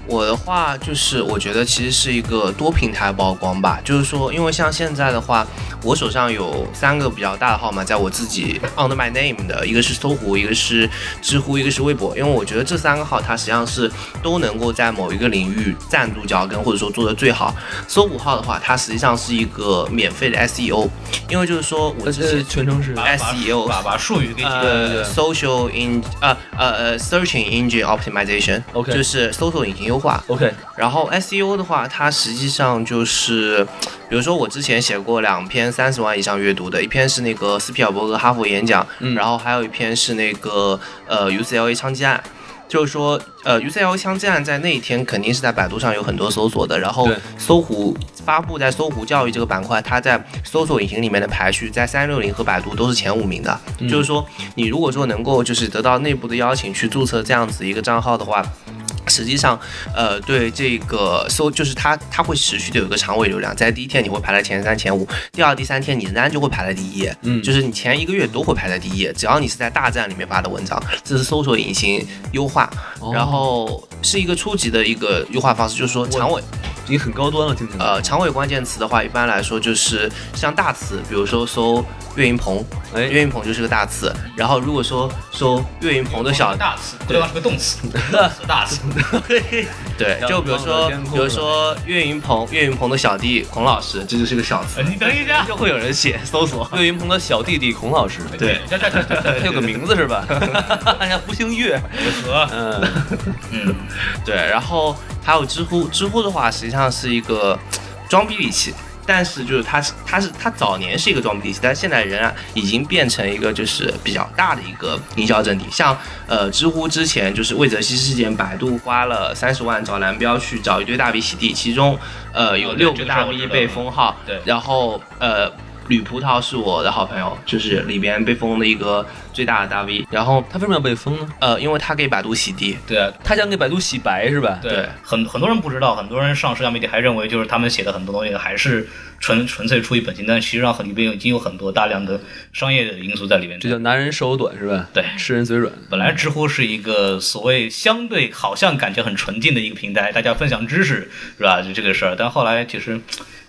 我的话就是，我觉得其实是一个多平台曝光吧，就是说，因为像现在的话，我手上有三个比较大的号码，在我自己 under my name 的，一个是搜狐，一个是知乎，一个是微博，因为我觉得这三个号它实际上是都能够在某一个领域站住脚跟，或者说做得最好。搜狐号的话，它实际上是一个免费的 SEO，因为就是说我
呃，
之前
这全称是
把把
哦
SEO
把把术语给
啊对对
呃，social in 呃呃呃 searching engine optimization，
OK
就是搜索引擎优化。
OK，
然后 SEO 的话，它实际上就是，比如说我之前写过两篇三十万以上阅读的，一篇是那个斯皮尔伯格哈佛演讲，
嗯
然后还有一篇是那个呃 UCLA 枪击案。就是说，呃，UCLA 枪击案在那一天肯定是在百度上有很多搜索的，然后
对
搜狐发布在搜狐教育这个板块，它在搜索引擎里面的排序在三六零和百度都是前五名的。
嗯
就是说，你如果说能够就是得到内部的邀请去注册这样子一个账号的话，实际上，呃，对这个搜，就是它它会持续的有一个长尾流量，在第一天你会排在前三、前五，第二、第三天你仍然就会排在第一页，
嗯
就是你前一个月都会排在第一页，只要你是在大站里面发的文章，这是搜索引擎优化，
哦
然后是一个初级的一个优化方式，就是说长尾，
已经很高端了，听起来。
啊
呃，长尾关键词的话，一般来说就是像大词，比如说搜岳云鹏，
哎，
岳云鹏就是个大词，然后如果说搜岳云鹏的小
大词，对方是个动 词，动词大词。
对，就比如说，比如说岳云鹏，岳云鹏的小弟孔老师，这就是个小 词，
呃你等一下，
哎就会有人写搜索。
岳云鹏的小弟弟孔老师，
对
这这这这
他有个名字是吧？ 哎呀，不姓岳。
和
嗯，
嗯，
对，然后还有知乎，知乎的话实际上是一个装逼利器，但是就是它是它是它早年是一个装逼利器，但是现在仍然已经变成一个就是比较大的一个营销阵地。像呃知乎之前就是魏则西事件，百度花了三十万找蓝标去找一堆大 V 洗地，其中呃有
哦对
六
这个
个
事儿
大
我知
V
道
被封号，
对
然后呃。吕葡萄是我的好朋友，就是里边被封的一个最大的大 V，然后
他为什么要被封呢？
呃，因为他给百度洗地，
对啊，
他想给百度洗白是吧？
对
对，
很很多人不知道，很多人上社交媒体还认为就是他们写的很多东西还是纯纯粹出于本心，但实际上很里边已经有很多大量的商业的因素在里面。
这叫拿人手短是吧？
对
吃人嘴软。
本来知乎是一个所谓相对好像感觉很纯净的一个平台，大家分享知识是吧？就这个事儿，但后来其实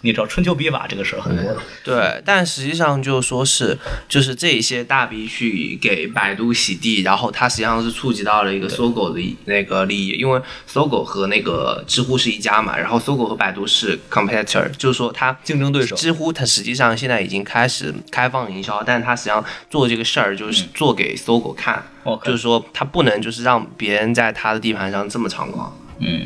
你也知道春秋笔法这个事儿很多的，
对，但实际上就说是就是这一些大 V 去给百度洗地，然后它实际上是触及到了一个搜狗的那个利益，因为搜狗和那个知乎是一家嘛，然后搜狗和百度是 competitor，就是说它
竞争对手
知乎它实际上现在已经开始开放营销，但它实际上做这个事儿就是
嗯
做给搜狗看，
OK
就是说它不能就是让别人在它的地盘上这么猖狂。
嗯，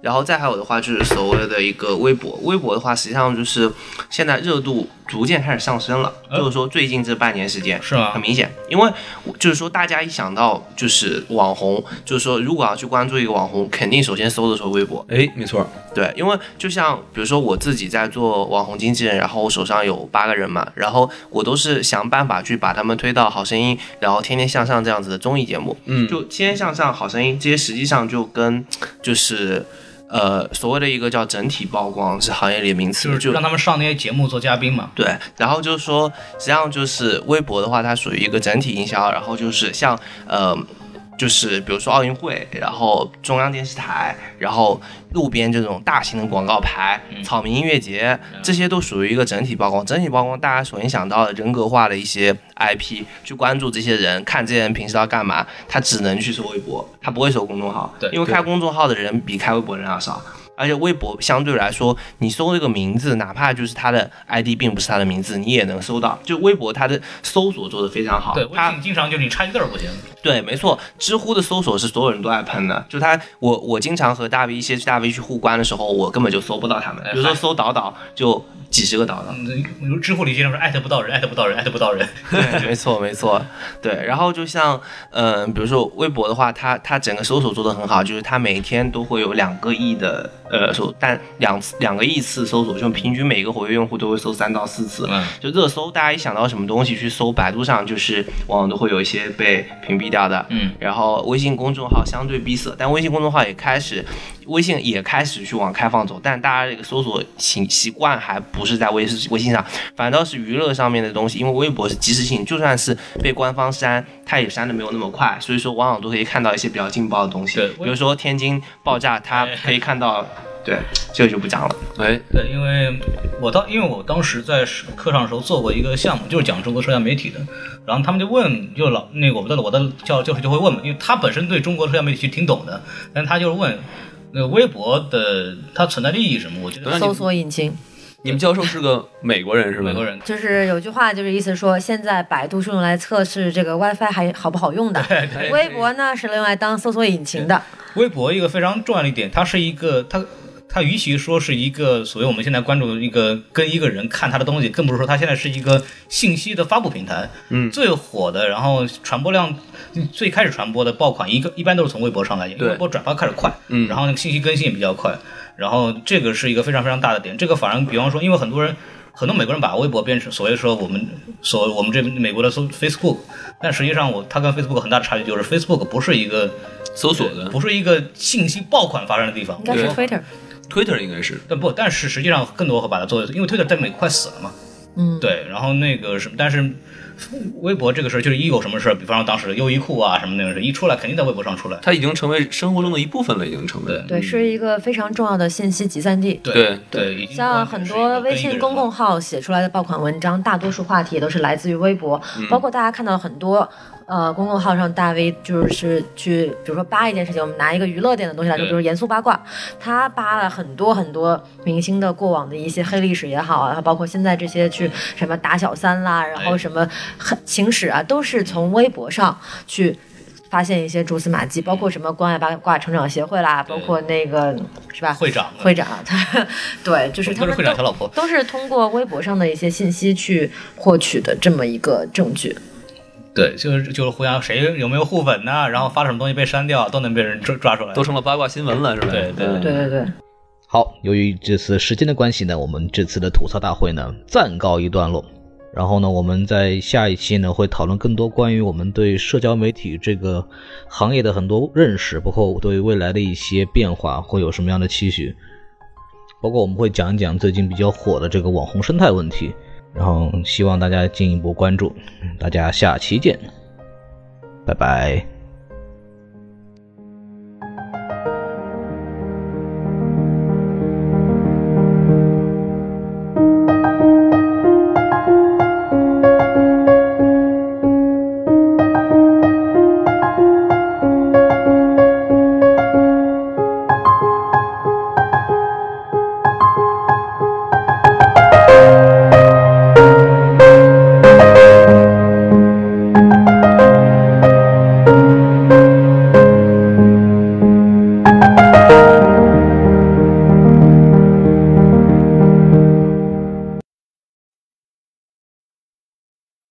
然后再还有的话就是所谓的一个微博，微博的话实际上就是现在热度逐渐开始上升了，
呃
就是说最近这半年时间
是吗
很明显，因为我就是说大家一想到就是网红，就是说如果要去关注一个网红，肯定首先搜的时候微博，
哎，没错，
对，因为就像比如说我自己在做网红经纪人，然后我手上有八个人嘛，然后我都是想办法去把他们推到《好声音》，然后《天天向上》这样子的综艺节目。
嗯
就《天天向上》《好声音》这些，实际上就跟就是呃所谓的一个叫整体曝光是行业里的名词，
就是让他们上那些节目做嘉宾嘛。
对，然后就是说，实际上就是微博的话，它属于一个整体营销，然后就是像呃，就是比如说奥运会，然后中央电视台，然后路边这种大型的广告牌、
嗯
草莓音乐节，这些都属于一个整体曝光。整体曝光，大家首先想到的人格化的一些 IP，去关注这些人，看这些人平时要干嘛，他只能去搜微博，他不会搜公众号，
对
因为开公众号的人比开微博的人要少。而且微博相对来说，你搜这个名字，哪怕就是他的 ID 并不是他的名字，你也能搜到。就微博它的搜索做得非常好，
对，
它
微信经常就是你插一个字儿不行，
对，没错，知乎的搜索是所有人都爱喷的。就他，我我经常和大 V 一些大 V 去互关的时候，我根本就搜不到他们。
哎
比如说搜导导，就几十个导导。
嗯，比如知乎里经常是艾特不到人，艾特不到人，艾特不到人。
对， 没错，没错。对，然后就像，嗯、比如说微博的话，它它整个搜索做得很好，就是它每天都会有两个亿的呃搜，但两次两个亿次搜索，就平均每个活跃用户都会搜三到四次。
嗯
就热搜，大家一想到什么东西去搜，百度上就是往往都会有一些被屏蔽掉的。
嗯，
然后微信公众号相对闭塞，但微信公众号也开始，微信也开始去往开放走，但大家这个搜索习习惯还不是在微微信上，反倒是娱乐上面的东西，因为微博是即时性，就算是被官方删，它也删的没有那么快，所以说往往都可以看到一些比较劲爆的东西，
对
比如说天津爆炸，它可以看到，对，这个就不讲了，
哎，
对，因为我当因为我当时在课上的时候做过一个项目，就是讲中国社交媒体的，然后他们就问，就老那个我们的我的教教授就会问嘛，因为他本身对中国社交媒体其实挺懂的，但他就是问。那个微博的它存在的意义是什么？我觉得
那你
搜索引擎。
你们教授是个美国人是吗？
美国人
就是有句话，就是意思说，现在百度是用来测试这个 WiFi 还好不好用的，
对
微博呢是用来当搜索引擎的。
微博一个非常重要的一点，它是一个它。它与其说是一个所谓我们现在关注的一个跟一个人看他的东西，更不是说它现在是一个信息的发布平台。嗯，最火的，然后传播量最开始传播的爆款，一个一般都是从微博上来的，因为
对
微博转发快得快，
嗯
然后那个信息更新也比较快，然后这个是一个非常非常大的点。这个反而比方说，因为很多人很多美国人把微博变成所谓说我们所我们这美国的搜 Facebook，但实际上我它跟 Facebook 很大的差距就是 Facebook 不是一个。
搜索
对
的
不是一个信息爆款发生的地方
应。该是
对
Twitter，
，Twitter 应该是
但不，但是实际上更多会把它作为，因为 Twitter 在美国快死了嘛。
嗯，
对，然后那个什么，但是微博这个事儿，就是一有什么事儿，比方说当时优衣库啊什么那种事儿，一出来肯定在微博上出来。
它已经成为生活中的一部分了，已经成为
对
对，是一个非常重要的信息集散地。
对
对
对，已经
像很多微信公共号写出来的爆款文章，大多数话题也都是来自于微博，包括大家看到很多。呃，公众号上大 V 就是去，比如说扒一件事情，我们拿一个娱乐点的东西来说，
对
比如严肃八卦，他扒了很多很多明星的过往的一些黑历史也好啊，然后包括现在这些去什么打小三啦，然后什么很情史啊，都是从微博上去发现一些蛛丝马迹，包括什么关爱八卦成长协会啦，包括那个是吧？
会长
会长，他对，嗯就是
都
他
是
们
会长小老婆。
都是通过微博上的一些信息去获取的这么一个证据。
对，就是就是互相谁有没有互粉呐、然后发了什么东西被删掉，都能被人抓抓出来。
都成了八卦新闻了，是吧？嗯
对对对
对对对，
好，由于这次时间的关系呢，我们这次的吐槽大会呢暂告一段落。然后呢，我们在下一期呢会讨论更多关于我们对社交媒体这个行业的很多认识，包括对未来的一些变化会有什么样的期许，包括我们会讲一讲最近比较火的这个网红生态问题。然后希望大家进一步关注，大家下期见，拜拜。